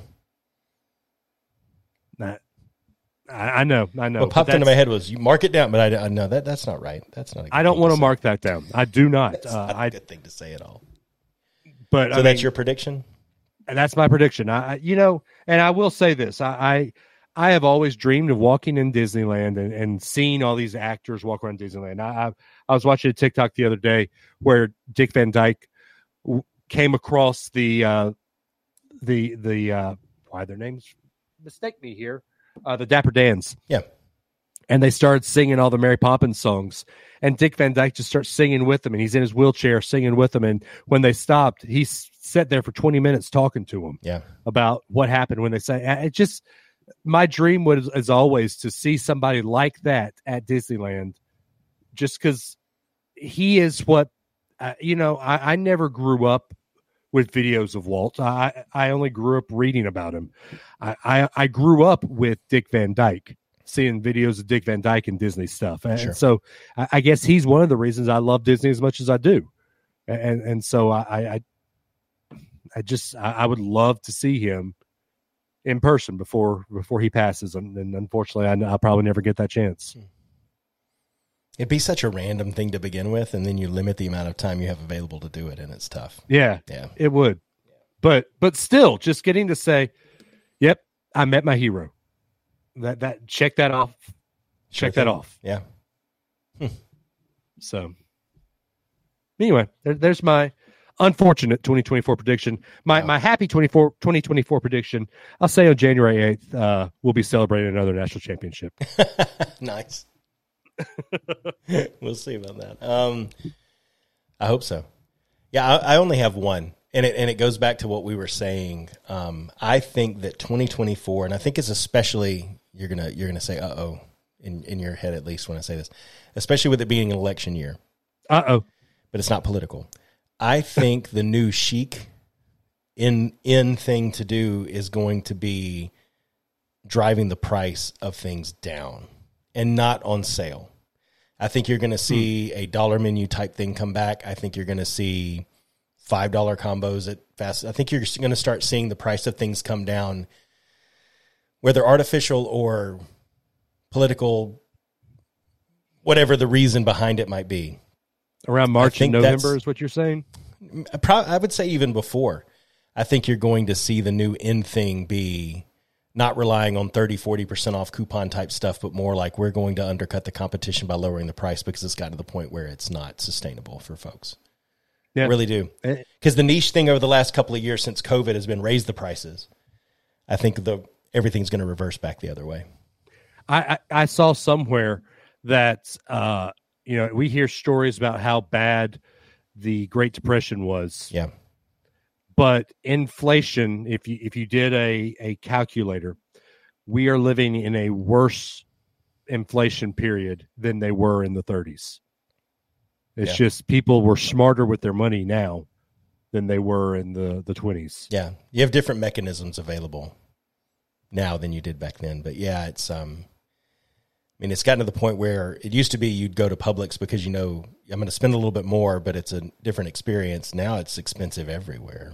Speaker 1: That- I, I know, I know.
Speaker 2: what
Speaker 1: but
Speaker 2: popped into
Speaker 1: that's-
Speaker 2: my head was you mark it down, but I, I no, that that's not right. That's not. a good
Speaker 1: I don't
Speaker 2: thing
Speaker 1: want to
Speaker 2: say.
Speaker 1: mark that down. I do not.
Speaker 2: That's
Speaker 1: Uh,
Speaker 2: not a
Speaker 1: I
Speaker 2: good thing to say at all.
Speaker 1: but
Speaker 2: So
Speaker 1: I
Speaker 2: that's
Speaker 1: mean,
Speaker 2: your prediction.
Speaker 1: that's my prediction. I, I you know, and I will say this. I, I I have always dreamed of walking in Disneyland and, and seeing all these actors walk around Disneyland. I, I I was watching a TikTok the other day where Dick Van Dyke w- came across the uh, the the uh, why their names mistake me here uh, the Dapper Dans.
Speaker 2: Yeah.
Speaker 1: And they started singing all the Mary Poppins songs, and Dick Van Dyke just starts singing with them, and he's in his wheelchair singing with them. And when they stopped, he s- sat there for twenty minutes talking to them
Speaker 2: Yeah.
Speaker 1: about what happened when they say I- it just my dream was as always to see somebody like that at disneyland just because he is what uh, you know I, I never grew up with videos of walt i i only grew up reading about him i i, I grew up with dick van dyke seeing videos of dick van dyke and disney stuff and
Speaker 2: Sure.
Speaker 1: so I, I guess he's one of the reasons i love disney as much as i do and and so i i, I I just I, I would love to see him in person before before he passes, and, and unfortunately, I, I'll probably never get that chance.
Speaker 2: It'd be such a random thing to begin with, and then you limit the amount of time you have available to do it, and it's tough.
Speaker 1: Yeah,
Speaker 2: Yeah.
Speaker 1: it would, but but still, just getting to say, "Yep, I met my hero." That that check that off,
Speaker 2: Sure
Speaker 1: check that
Speaker 2: thing.
Speaker 1: off.
Speaker 2: Yeah.
Speaker 1: So anyway, there, there's my unfortunate 2024 prediction. My
Speaker 2: Wow.
Speaker 1: my happy 24 2024 prediction. I'll say on January 8th, uh, we'll be celebrating another national championship.
Speaker 2: nice. we'll see about that. Um, I hope so. Yeah, I, I only have one, and it and it goes back to what we were saying. Um, I think that 2024, and I think it's especially you're gonna you're gonna say uh oh in in your head at least when I say this, especially with it being an election year,
Speaker 1: Uh oh.
Speaker 2: but it's not political. I think the new chic in in thing to do is going to be driving the price of things down and not on sale. I think you're going to see a dollar menu type thing come back. I think you're going to see five dollar combos at fast. I think you're going to start seeing the price of things come down, whether artificial or political, whatever the reason behind it might be.
Speaker 1: Around March and
Speaker 2: think that's-
Speaker 1: November is what you're saying.
Speaker 2: I prob- I would say even before. I think you're going to see the new end thing be not relying on 30, 40% off coupon type stuff, but more like we're going to undercut the competition by lowering the price because it's gotten to the point where it's not sustainable for folks.
Speaker 1: Yeah.
Speaker 2: I really do.
Speaker 1: Eh.
Speaker 2: Because the niche thing over the last couple of years since COVID has been raise the prices. I think the everything's going to reverse back the other way.
Speaker 1: I, I I saw somewhere that uh, you know we hear stories about how bad the Great Depression was,
Speaker 2: Yeah.
Speaker 1: but inflation. If you if you did a a calculator, we are living in a worse inflation period than they were in the 30s. It's
Speaker 2: Yeah.
Speaker 1: just people were smarter with their money now than they were in the the twenties.
Speaker 2: Yeah, you have different mechanisms available now than you did back then. But yeah, it's um, I mean, it's gotten to the point where it used to be you'd go to Publix because you know I'm going to spend a little bit more, but it's a different experience. Now it's expensive everywhere.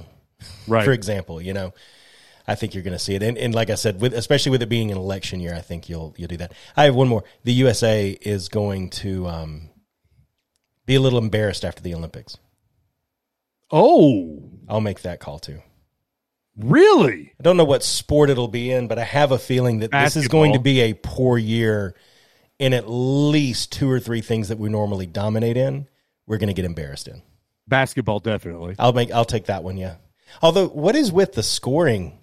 Speaker 1: Right.
Speaker 2: For example, you know, I think you're going to see it, and, and like I said, with especially with it being an election year, I think you'll you'll do that. I have one more. The USA is going to um, be a little embarrassed after the Olympics.
Speaker 1: oh,
Speaker 2: I'll make that call too.
Speaker 1: really?
Speaker 2: I don't know what sport it'll be in, but I have a feeling that this is
Speaker 1: Basketball.
Speaker 2: going to be a poor year in at least two or three things that we normally dominate in. We're going to get embarrassed in.
Speaker 1: Basketball, definitely.
Speaker 2: I'll make I'll take that one, yeah. Although what is with the scoring?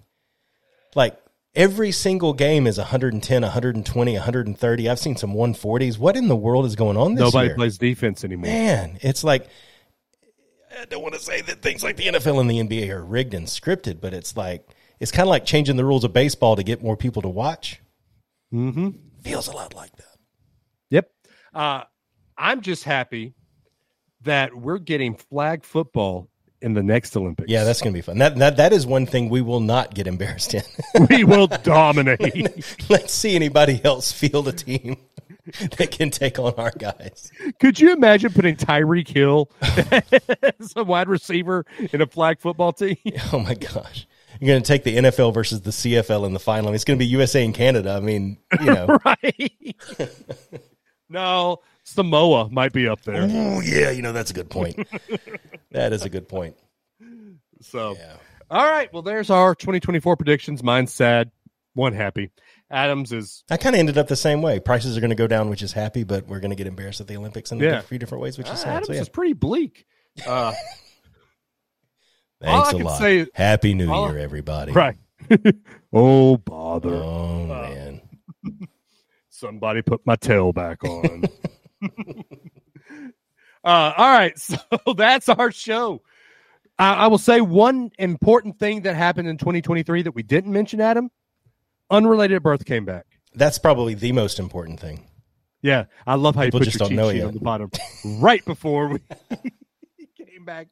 Speaker 2: Like every single game is 110, 120, 130. I've seen some 140s. What in the world is going on this
Speaker 1: Nobody
Speaker 2: year?
Speaker 1: plays defense anymore.
Speaker 2: Man, it's like I don't want to say that things like the NFL and the NBA are rigged and scripted, but it's like it's kind of like changing the rules of baseball to get more people to watch.
Speaker 1: Mm-hmm.
Speaker 2: Feels a lot like that.
Speaker 1: Yep. Uh, I'm just happy that we're getting flag football in the next Olympics.
Speaker 2: Yeah, that's gonna be fun. That that, that is one thing we will not get embarrassed in.
Speaker 1: we will dominate.
Speaker 2: Let's see anybody else field a team that can take on our guys.
Speaker 1: Could you imagine putting Tyreek Hill as a wide receiver in a flag football team?
Speaker 2: Oh my gosh. You're going to take the NFL versus the CFL in the final. I mean, it's going to be USA and Canada. I mean, you know.
Speaker 1: right. no, Samoa might be up there.
Speaker 2: Ooh, yeah, you know, that's a good point. that is a good point.
Speaker 1: So,
Speaker 2: Yeah.
Speaker 1: all right. Well, there's our 2024 predictions. Mine's sad, one happy. Adams is
Speaker 2: I kind of ended up the same way. Prices are going to go down, which is happy, but we're going to get embarrassed at the Olympics in
Speaker 1: Yeah.
Speaker 2: a few different ways, which Uh, is sad.
Speaker 1: uh, Adams
Speaker 2: So, yeah.
Speaker 1: is pretty bleak. Uh, all
Speaker 2: Thanks
Speaker 1: I
Speaker 2: a
Speaker 1: can
Speaker 2: lot.
Speaker 1: say-
Speaker 2: happy New
Speaker 1: all-
Speaker 2: Year, everybody.
Speaker 1: right. Uh, oh bother!
Speaker 2: Oh, man.
Speaker 1: Somebody put my tail back on. uh, all right, so that's our show. I, I will say one important thing that happened in 2023 that we didn't mention, Adam. Unrelated at birth came back.
Speaker 2: That's probably the most important thing.
Speaker 1: Yeah, I love how
Speaker 2: People
Speaker 1: you put
Speaker 2: just
Speaker 1: your
Speaker 2: don't
Speaker 1: cheat
Speaker 2: know
Speaker 1: sheet
Speaker 2: yet.
Speaker 1: on the bottom right before we came back.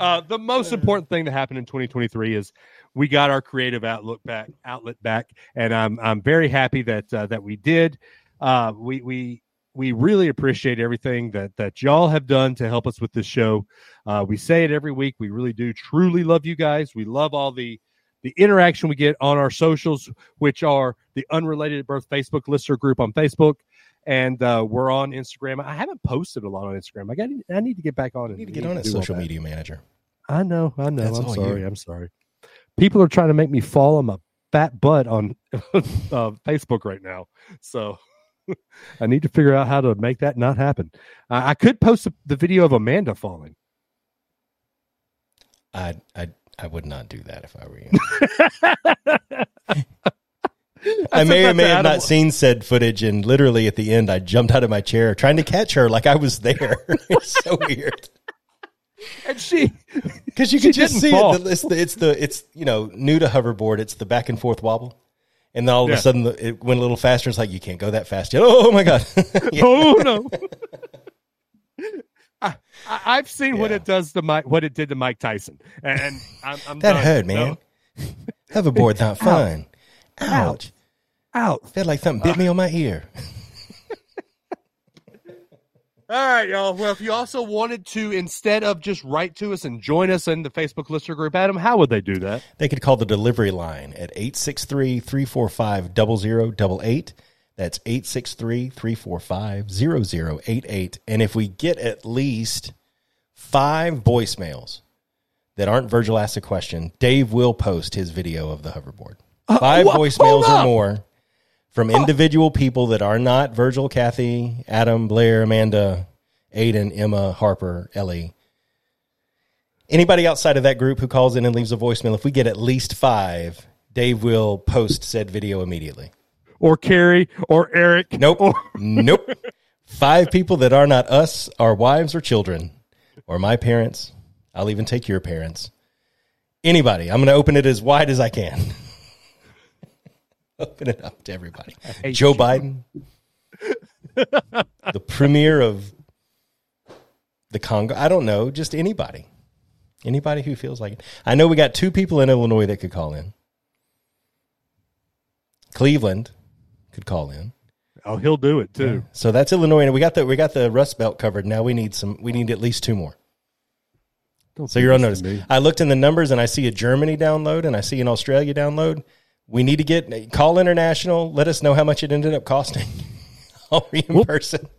Speaker 1: uh, the most important thing that happened in 2023 is we got our creative outlook back, outlet back, and I'm I'm very happy that uh, that we did. Uh, we we we really appreciate everything that that y'all have done to help us with this show. Uh, we say it every week. We really do truly love you guys. We love all the the interaction we get on our socials, which are the Unrelated at Birth Facebook listener group on Facebook, and uh, we're on Instagram. I haven't posted a lot on Instagram. I got I need to get back on.
Speaker 2: You
Speaker 1: it.
Speaker 2: need to get on it, social media manager.
Speaker 1: I know, I know.
Speaker 2: That's
Speaker 1: I'm
Speaker 2: all
Speaker 1: sorry.
Speaker 2: you.
Speaker 1: I'm sorry. People are trying to make me fall on my fat butt on uh, Facebook right now. So I need to figure out how to make that not happen. I I could post the- the video of Amanda falling.
Speaker 2: I, I, I would not do that if I were you. I
Speaker 1: said
Speaker 2: may
Speaker 1: that
Speaker 2: or may
Speaker 1: to
Speaker 2: have
Speaker 1: Adam.
Speaker 2: not seen said footage, and literally at the end, I jumped out of my chair trying to catch her like I was there. it's so weird
Speaker 1: And she,
Speaker 2: because you
Speaker 1: She
Speaker 2: can just
Speaker 1: didn't
Speaker 2: see
Speaker 1: fall.
Speaker 2: it. The, it's, the, it's the it's you know new to hoverboard. It's the back and forth wobble, and then all of
Speaker 1: Yeah.
Speaker 2: a sudden the, it went a little faster. It's like you can't go that fast yet. Oh my god! Yeah.
Speaker 1: oh no. I, I- I've seen what
Speaker 2: Yeah.
Speaker 1: it does to Mike, what it did to Mike Tyson, and, and I'm, I'm
Speaker 2: That
Speaker 1: done.
Speaker 2: hurt,
Speaker 1: No.
Speaker 2: man. Hoverboard not fun. Ouch.
Speaker 1: Ouch. Out.
Speaker 2: Felt like something bit me on my ear.
Speaker 1: All right, y'all. Well, if you also wanted to, instead of just write to us and join us in the Facebook listener group, Adam, how would they do that?
Speaker 2: They could call the delivery line at 863 345 0088. That's 863 345 0088. And if we get at least five voicemails that aren't Virgil asked a question, Dave will post his video of the hoverboard. Five
Speaker 1: wha- Uh, hold
Speaker 2: voicemails or
Speaker 1: up.
Speaker 2: more from individual people that are not Virgil, Kathy, Adam, Blair, Amanda, Aiden, Emma, Harper, Ellie. Anybody outside of that group who calls in and leaves a voicemail, if we get at least five, Dave will post said video immediately.
Speaker 1: Or Carrie or Eric?
Speaker 2: Nope.
Speaker 1: Or,
Speaker 2: nope. Five people that are not us, our wives or children, or my parents. I'll even take your parents. Anybody. I'm going to open it as wide as I can. open it up to everybody.
Speaker 1: hate
Speaker 2: Joe
Speaker 1: you.
Speaker 2: Biden, the premier of the Congo. I don't know, just anybody, anybody who feels like it. I know we got two people in Illinois that could call in. Cleveland could call in.
Speaker 1: Oh, he'll do it too.
Speaker 2: So that's Illinois, and we got the we got the Rust Belt covered. Now we need some. We need at least two more.
Speaker 1: Don't
Speaker 2: So
Speaker 1: do
Speaker 2: you're on
Speaker 1: this
Speaker 2: notice.
Speaker 1: to me.
Speaker 2: I looked in the numbers and I see a Germany download and I see an Australia download. We need to get call international. Let us know how much it ended up costing. I'll reimburse it.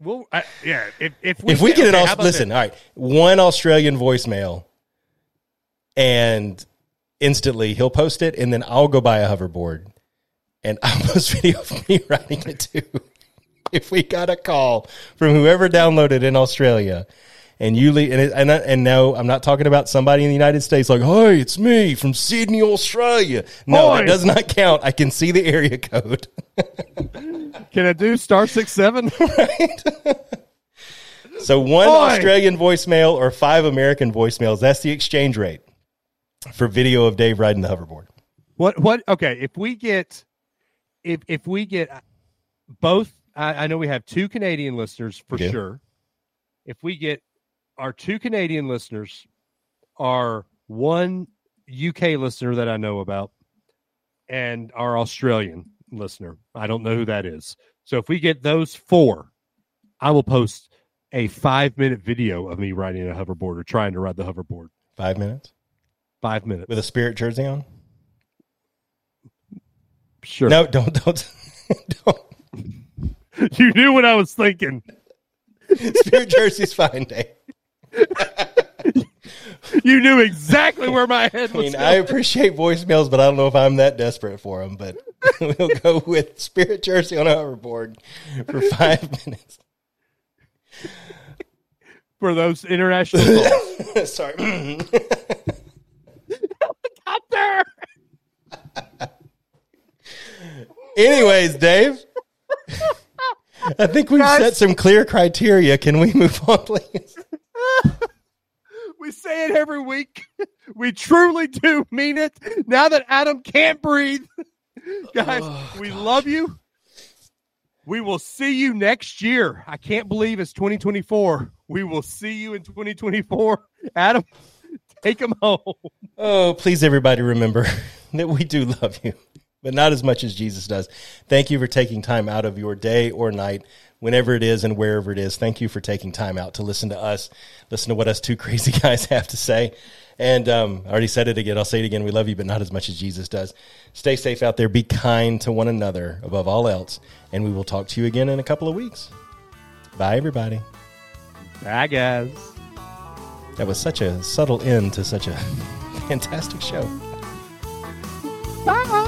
Speaker 1: Well, I, yeah. If if we,
Speaker 2: If we get it
Speaker 1: okay, how
Speaker 2: all,
Speaker 1: about
Speaker 2: listen.
Speaker 1: this?
Speaker 2: All right, one Australian voicemail, and instantly he'll post it, and then I'll go buy a hoverboard, and I'll post video of me riding it too. if we got a call from whoever downloaded in Australia, and you leave, and it, and I- and no, I'm not talking about somebody in the United States like, hey, it's me from Sydney, Australia. No,
Speaker 1: Oi.
Speaker 2: it does not count. I can see the area code.
Speaker 1: Can I do star six seven?
Speaker 2: So one
Speaker 1: Oi.
Speaker 2: Australian voicemail or five American voicemails. That's the exchange rate for video of Dave riding the hoverboard.
Speaker 1: what what? Okay, if we get if if we get uh, both, I, I know we have two Canadian listeners for
Speaker 2: We do.
Speaker 1: sure. If we get our two Canadian listeners, our one UK listener that I know about, and our Australian listener, I don't know who that is. So if we get those four, I will post a five minute video of me riding a hoverboard or trying to ride the hoverboard.
Speaker 2: Five minutes
Speaker 1: Five minutes.
Speaker 2: with a spirit jersey on.
Speaker 1: Sure.
Speaker 2: No, don't, don't, don't.
Speaker 1: you knew what I was thinking.
Speaker 2: Spirit jersey's fine, Dave.
Speaker 1: You knew exactly where my head
Speaker 2: I
Speaker 1: was.
Speaker 2: mean, I appreciate voicemails, but I don't know if I'm that desperate for them. But we'll go with spirit jersey on a hoverboard for five minutes.
Speaker 1: for those international calls.
Speaker 2: Sorry.
Speaker 1: out there.
Speaker 2: Anyways, Dave, I think we've
Speaker 1: Guys.
Speaker 2: set some clear criteria. Can we move on, please?
Speaker 1: We say it every week. We truly do mean it. Now that Adam can't breathe, guys,
Speaker 2: Oh,
Speaker 1: we love you. We will see you next year. I can't believe it's 2024. We will see you in 2024. Adam, take him home.
Speaker 2: Oh, please, everybody, remember that we do love you, but not as much as Jesus does. Thank you for taking time out of your day or night, whenever it is and wherever it is. Thank you for taking time out to listen to us, listen to what us two crazy guys have to say. And um, I already said it again. I'll say it again. We love you, but not as much as Jesus does. Stay safe out there. Be kind to one another above all else. And we will talk to you again in a couple of weeks. Bye, everybody.
Speaker 1: Bye, guys.
Speaker 2: That was such a subtle end to such a fantastic show.
Speaker 1: Bye.